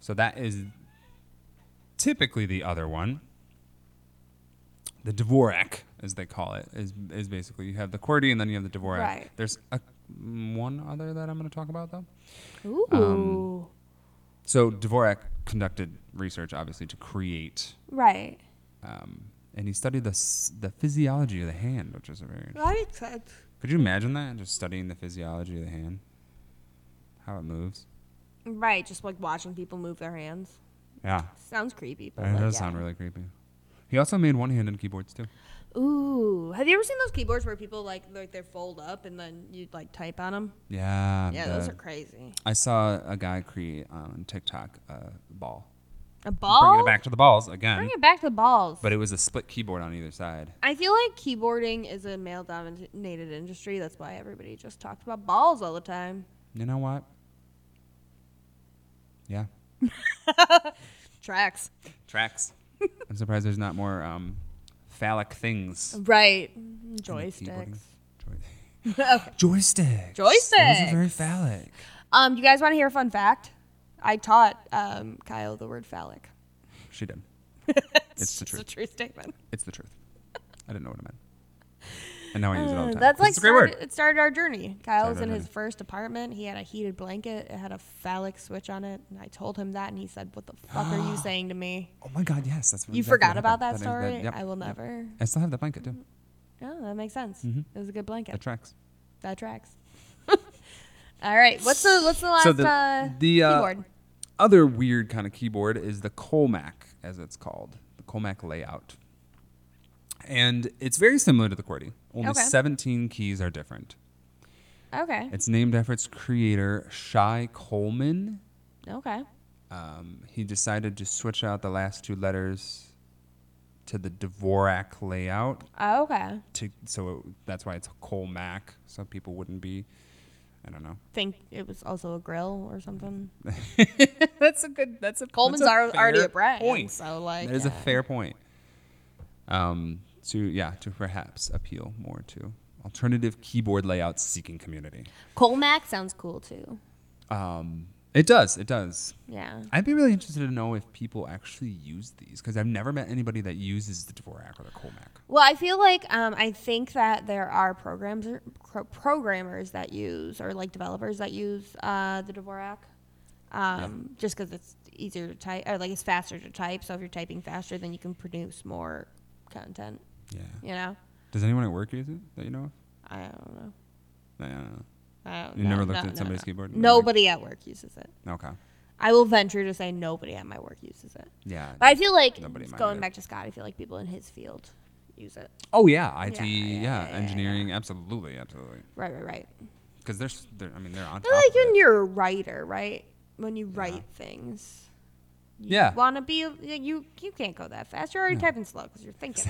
Speaker 2: So that is typically the other one. The Dvorak, as they call it, is, is basically you have the QWERTY and then you have the Dvorak.
Speaker 1: Right.
Speaker 2: There's a, one other that I'm going to talk about though.
Speaker 1: Ooh.
Speaker 2: Um, So Dvorak conducted research, obviously, to create,
Speaker 1: right.
Speaker 2: um, and he studied the s- the physiology of the hand, which is a very.
Speaker 1: That makes sense.
Speaker 2: Could you imagine that? Just studying the physiology of the hand, how it moves.
Speaker 1: Right, just like watching people move their hands.
Speaker 2: Yeah,
Speaker 1: Sounds creepy, but
Speaker 2: that
Speaker 1: like,
Speaker 2: does
Speaker 1: yeah.
Speaker 2: sound really creepy. Oh He also made one-handed keyboards too.
Speaker 1: Ooh, have you ever seen those keyboards where people like like they fold up and then you like type on them?
Speaker 2: Yeah.
Speaker 1: Yeah,
Speaker 2: the-
Speaker 1: those are crazy.
Speaker 2: I saw a guy create on TikTok a ball.
Speaker 1: A ball.
Speaker 2: Bringing it back to the balls again,
Speaker 1: Bring it back to the balls.
Speaker 2: but it was a split keyboard on either side.
Speaker 1: I feel like keyboarding is a male dominated industry. That's why everybody just talks about balls all the time.
Speaker 2: You know what? Yeah.
Speaker 1: Tracks.
Speaker 2: tracks. I'm surprised there's not more um, phallic [laughs] things. in
Speaker 1: Right.
Speaker 2: the keyboarding.
Speaker 1: Mm-hmm. Joysticks.
Speaker 2: Joy-
Speaker 1: [laughs]
Speaker 2: Joysticks. Those are very
Speaker 1: Joysticks.
Speaker 2: phallic.
Speaker 1: Um, you guys want to hear a fun fact? I taught um, Kyle the word phallic. [laughs]
Speaker 2: She did. It's the
Speaker 1: just
Speaker 2: truth.
Speaker 1: a true statement.
Speaker 2: It's the truth. I didn't know what it meant. And now I use it all the
Speaker 1: Uh,
Speaker 2: time.
Speaker 1: That's like
Speaker 2: it's a great
Speaker 1: started,
Speaker 2: word.
Speaker 1: it started our journey. Kyle was
Speaker 2: Started
Speaker 1: in
Speaker 2: our
Speaker 1: his first apartment. He had a heated blanket. It had a phallic switch on it, and I told him that, and he said, "What the fuck are
Speaker 2: [gasps]
Speaker 1: you saying to me?
Speaker 2: Oh my God, yes. That's
Speaker 1: You
Speaker 2: exactly
Speaker 1: forgot
Speaker 2: what
Speaker 1: about that
Speaker 2: happened. is-
Speaker 1: story?
Speaker 2: yep,
Speaker 1: I will
Speaker 2: yep.
Speaker 1: never."
Speaker 2: I still have that blanket too.
Speaker 1: Oh, that makes sense.
Speaker 2: Mm-hmm.
Speaker 1: It was a good blanket.
Speaker 2: The tracks.
Speaker 1: That tracks. [laughs] All right. What's the what's the last
Speaker 2: So the-
Speaker 1: uh,
Speaker 2: the, uh,
Speaker 1: keyboard?
Speaker 2: Other weird kind of keyboard is the Colmac, as it's called, the Colmac layout. And it's very similar to the QWERTY. Only
Speaker 1: Okay.
Speaker 2: 17 keys are different.
Speaker 1: Okay.
Speaker 2: It's named after its creator, Shai Coleman.
Speaker 1: Okay.
Speaker 2: Um, he decided to switch out the last two letters to the Dvorak layout,
Speaker 1: Oh, Okay.
Speaker 2: to, so it, that's why it's Colmac. So people wouldn't be, I don't know.
Speaker 1: Think it was also a grill or something.
Speaker 2: [laughs] that's a good. That's a
Speaker 1: Coleman's
Speaker 2: that's
Speaker 1: al- already
Speaker 2: fair
Speaker 1: a brand,
Speaker 2: Point.
Speaker 1: so, like,
Speaker 2: that is a
Speaker 1: yeah.
Speaker 2: fair point. Um, to yeah, to perhaps appeal more to alternative keyboard layout seeking community.
Speaker 1: Colmac sounds cool too.
Speaker 2: Um, It does. It does.
Speaker 1: Yeah.
Speaker 2: I'd be really interested to know if people actually use these because I've never met anybody that uses the Dvorak or the Comac.
Speaker 1: Well, I feel like um, I think that there are programs or pro- programmers that use or like developers that use uh, the Dvorak, um, just because it's easier to type or like it's faster to type. So if you're typing faster, then you can produce more content.
Speaker 2: Yeah.
Speaker 1: You know,
Speaker 2: Does anyone at work use it that you know of?
Speaker 1: I don't know.
Speaker 2: I don't know.
Speaker 1: I don't,
Speaker 2: You
Speaker 1: no,
Speaker 2: never looked
Speaker 1: no,
Speaker 2: at
Speaker 1: no,
Speaker 2: somebody's
Speaker 1: no.
Speaker 2: keyboard?
Speaker 1: Nobody at work uses it.
Speaker 2: Okay.
Speaker 1: I will venture to say nobody at my work uses it.
Speaker 2: Yeah.
Speaker 1: But I feel like
Speaker 2: Nobody
Speaker 1: just
Speaker 2: might
Speaker 1: going
Speaker 2: either.
Speaker 1: back to Scott, I feel like people in his field use it.
Speaker 2: oh yeah, IT, yeah,
Speaker 1: Yeah, yeah, yeah, yeah,
Speaker 2: engineering, absolutely, absolutely.
Speaker 1: Right, right, right.
Speaker 2: Because they're, s- they're, I mean, they're on
Speaker 1: I
Speaker 2: top.
Speaker 1: like
Speaker 2: of it.
Speaker 1: when you're a writer, right? When you write things. You
Speaker 2: Yeah.
Speaker 1: Want to be you? You can't go that fast. You're already typing slow because you're thinking.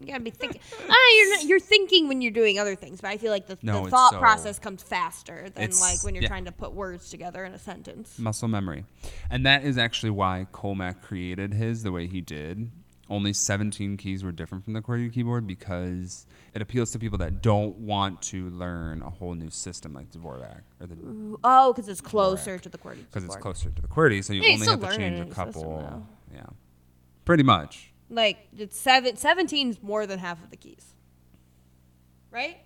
Speaker 1: You gotta be thinking. ah, you're not, you're thinking when you're doing other things, but I feel like the,
Speaker 2: No,
Speaker 1: the
Speaker 2: it's
Speaker 1: thought
Speaker 2: so-
Speaker 1: process comes faster than
Speaker 2: It's-
Speaker 1: like when you're
Speaker 2: yeah.
Speaker 1: trying to put words together in a sentence.
Speaker 2: muscle memory. And that is actually why Comac created his the way he did. Only 17 keys were different from the QWERTY keyboard because it appeals to people that don't want to learn a whole new system like Dvorak or the
Speaker 1: Oh, because it's closer to the QWERTY.
Speaker 2: because Mm. it's
Speaker 1: keyboard.
Speaker 2: closer to the QWERTY, so you
Speaker 1: Yeah, you
Speaker 2: only
Speaker 1: still
Speaker 2: have to
Speaker 1: learn it
Speaker 2: change
Speaker 1: in
Speaker 2: a
Speaker 1: the system,
Speaker 2: couple.
Speaker 1: though.
Speaker 2: yeah, pretty much.
Speaker 1: Like it's seven. Seventeen's more than half of the keys. Right?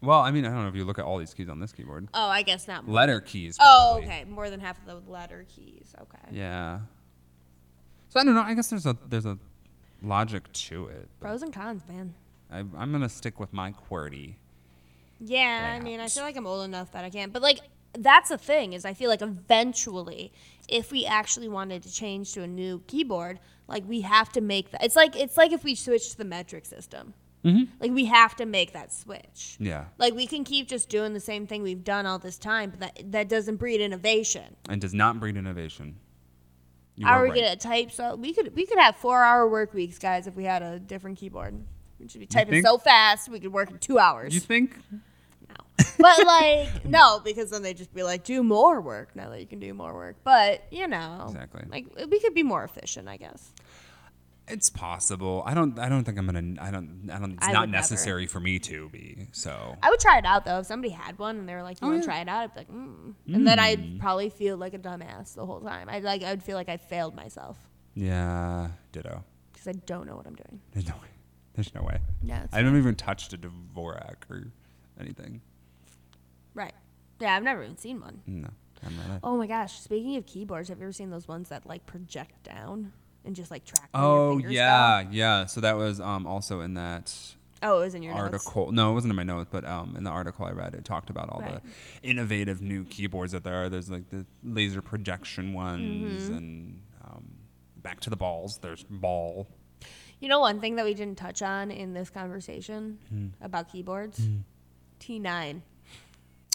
Speaker 2: Well, I mean, I don't know if you look at all these keys on this keyboard.
Speaker 1: Oh, I guess not. More.
Speaker 2: Letter keys.
Speaker 1: oh,
Speaker 2: probably.
Speaker 1: okay. More than half of the letter keys. Okay.
Speaker 2: Yeah. So I don't know. I guess there's a there's a logic to it. but
Speaker 1: Pros and cons, man.
Speaker 2: I, I'm gonna stick with my QWERTY.
Speaker 1: Yeah, I mean, I
Speaker 2: Perhaps.
Speaker 1: feel like I'm old enough that I can. But like, that's the thing is, I feel like eventually, if we actually wanted to change to a new keyboard, like we have to make that. It's like it's like if we switch to the metric system. Like we have to make that switch.
Speaker 2: Mm-hmm. Yeah.
Speaker 1: Like we can keep just doing the same thing we've done all this time, but that that doesn't breed innovation.
Speaker 2: and does not breed innovation. You
Speaker 1: Are
Speaker 2: are
Speaker 1: we
Speaker 2: right.
Speaker 1: gonna type so we could we could have four hour work weeks, guys, if we had a different keyboard. We should be typing
Speaker 2: think-
Speaker 1: so fast we could work in two hours.
Speaker 2: You think?
Speaker 1: now. But like, no, because then they just be like, do more work now that you can do more work. But you know,
Speaker 2: Exactly.
Speaker 1: Like we could be more efficient, I guess.
Speaker 2: It's possible. I don't. I don't think I'm gonna. I don't. I don't. It's
Speaker 1: I
Speaker 2: not
Speaker 1: would never.
Speaker 2: necessary for me to be. So
Speaker 1: I would try it out though. If somebody had one and they were like, "You
Speaker 2: Oh,
Speaker 1: want to
Speaker 2: yeah.
Speaker 1: try it out?" I'd be like, mm. and then I'd probably feel like a dumbass the whole time. I'd like, I'd feel like I failed myself
Speaker 2: yeah. Ditto.
Speaker 1: because I don't know what I'm doing.
Speaker 2: There's no way. There's no way.
Speaker 1: No, it's
Speaker 2: I don't even touch a Dvorak or anything.
Speaker 1: right. Yeah, I've never even seen one.
Speaker 2: No. I'm not a-
Speaker 1: Oh my gosh! Speaking of keyboards, have you ever seen those ones that like project down and just like track? where your
Speaker 2: Oh
Speaker 1: fingers
Speaker 2: yeah, yeah. So that was um also in that
Speaker 1: Go? Oh, it was in your notes.
Speaker 2: article. No, it wasn't in my notes, but um, in the article I read, it talked about all
Speaker 1: Right.
Speaker 2: the innovative new keyboards that there are. There's like the laser projection ones,
Speaker 1: Mm-hmm.
Speaker 2: and um, back to the balls. There's ball.
Speaker 1: You know, one thing that we didn't touch on in this conversation
Speaker 2: Hmm.
Speaker 1: about keyboards? T9.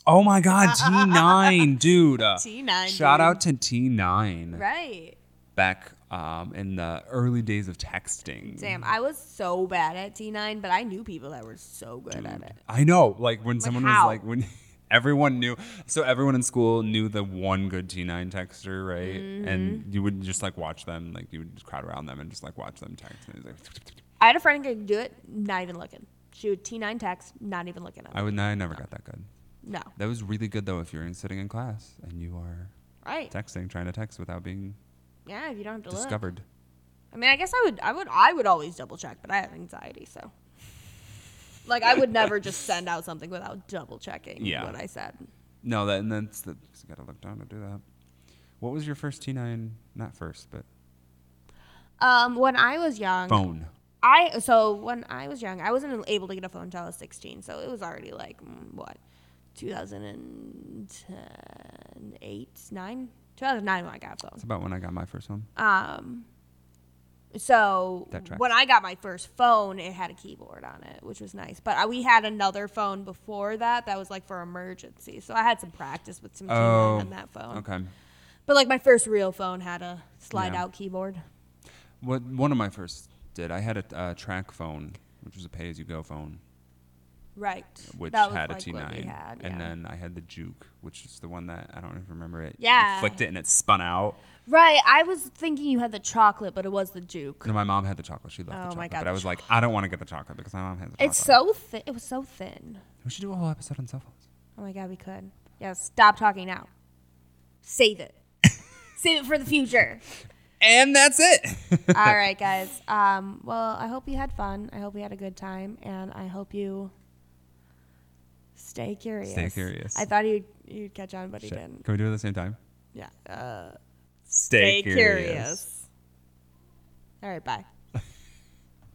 Speaker 2: Oh my God,
Speaker 1: [laughs]
Speaker 2: T9, dude.
Speaker 1: T9,
Speaker 2: Shout
Speaker 1: dude.
Speaker 2: out to T9.
Speaker 1: Right.
Speaker 2: Back um, in the early days of texting.
Speaker 1: Damn, I was so bad at T9, but I knew people that were so good at it.
Speaker 2: I know. Like when someone
Speaker 1: how?
Speaker 2: was like when [laughs] everyone knew so everyone in school knew the one good T9 texter, right?
Speaker 1: Mm-hmm.
Speaker 2: And you would just like watch them, like you would just crowd around them and just like watch them text. And it was like
Speaker 1: I had a friend who could do it, not even looking. She would T9 text, not even looking at
Speaker 2: I
Speaker 1: it.
Speaker 2: would I never got that good.
Speaker 1: No.
Speaker 2: That was really good though if you're in, sitting in class and you are
Speaker 1: Right.
Speaker 2: texting, trying to text without being
Speaker 1: Yeah, if you don't have to look.
Speaker 2: discovered.
Speaker 1: I mean, I guess I would I would I would always double check, but I have anxiety, so like I would never just send out something without double checking
Speaker 2: Yeah.
Speaker 1: what I said.
Speaker 2: No, that and that's the you gotta look down to do that. What was your first T9? Not first, but
Speaker 1: Um, when I was young,
Speaker 2: phone.
Speaker 1: I so when I was young, I wasn't able to get a phone until I was 16. So it was already like mm, what, 2010, eight, nine, 2009 when I got a phone.
Speaker 2: That's about when I got my first one.
Speaker 1: Um, so
Speaker 2: That tracks.
Speaker 1: when I got my first phone, it had a keyboard on it, which was nice. But I, we had another phone before that that was like for emergency. So I had some practice with some
Speaker 2: Oh,
Speaker 1: keyboard on that phone.
Speaker 2: Okay.
Speaker 1: But like my first real phone had a slide
Speaker 2: Yeah.
Speaker 1: out keyboard.
Speaker 2: What one of my first did? I had a uh, track phone, which was a pay-as-you-go phone,
Speaker 1: Right.
Speaker 2: which
Speaker 1: That was,
Speaker 2: had a
Speaker 1: like,
Speaker 2: T
Speaker 1: what we
Speaker 2: nine,
Speaker 1: had,
Speaker 2: and
Speaker 1: yeah.
Speaker 2: then I had the Juke, which is the one that I don't even remember it. You
Speaker 1: Yeah.
Speaker 2: flicked it and it spun out.
Speaker 1: Right. I was thinking you had the chocolate, but it was the juke.
Speaker 2: No, my mom had the chocolate. She loved the
Speaker 1: Oh
Speaker 2: chocolate,
Speaker 1: my God,
Speaker 2: but I
Speaker 1: the
Speaker 2: was like, I don't want to get the chocolate because my mom has the chocolate.
Speaker 1: It's so thin. It was so thin.
Speaker 2: We should do a whole episode on cell phones.
Speaker 1: Oh my god, we could. Yeah, stop talking now. Save
Speaker 2: [laughs]
Speaker 1: it. Save it for the future.
Speaker 2: And that's it.
Speaker 1: All right, guys. Um, well, I hope you had fun. I hope you had a good time, and I hope you stay curious.
Speaker 2: Stay curious.
Speaker 1: I thought you'd you'd catch on, but
Speaker 2: Shit.
Speaker 1: you didn't.
Speaker 2: [laughs] Can we do it at the same time?
Speaker 1: Yeah. Uh,
Speaker 2: Stay,
Speaker 1: All right. Bye.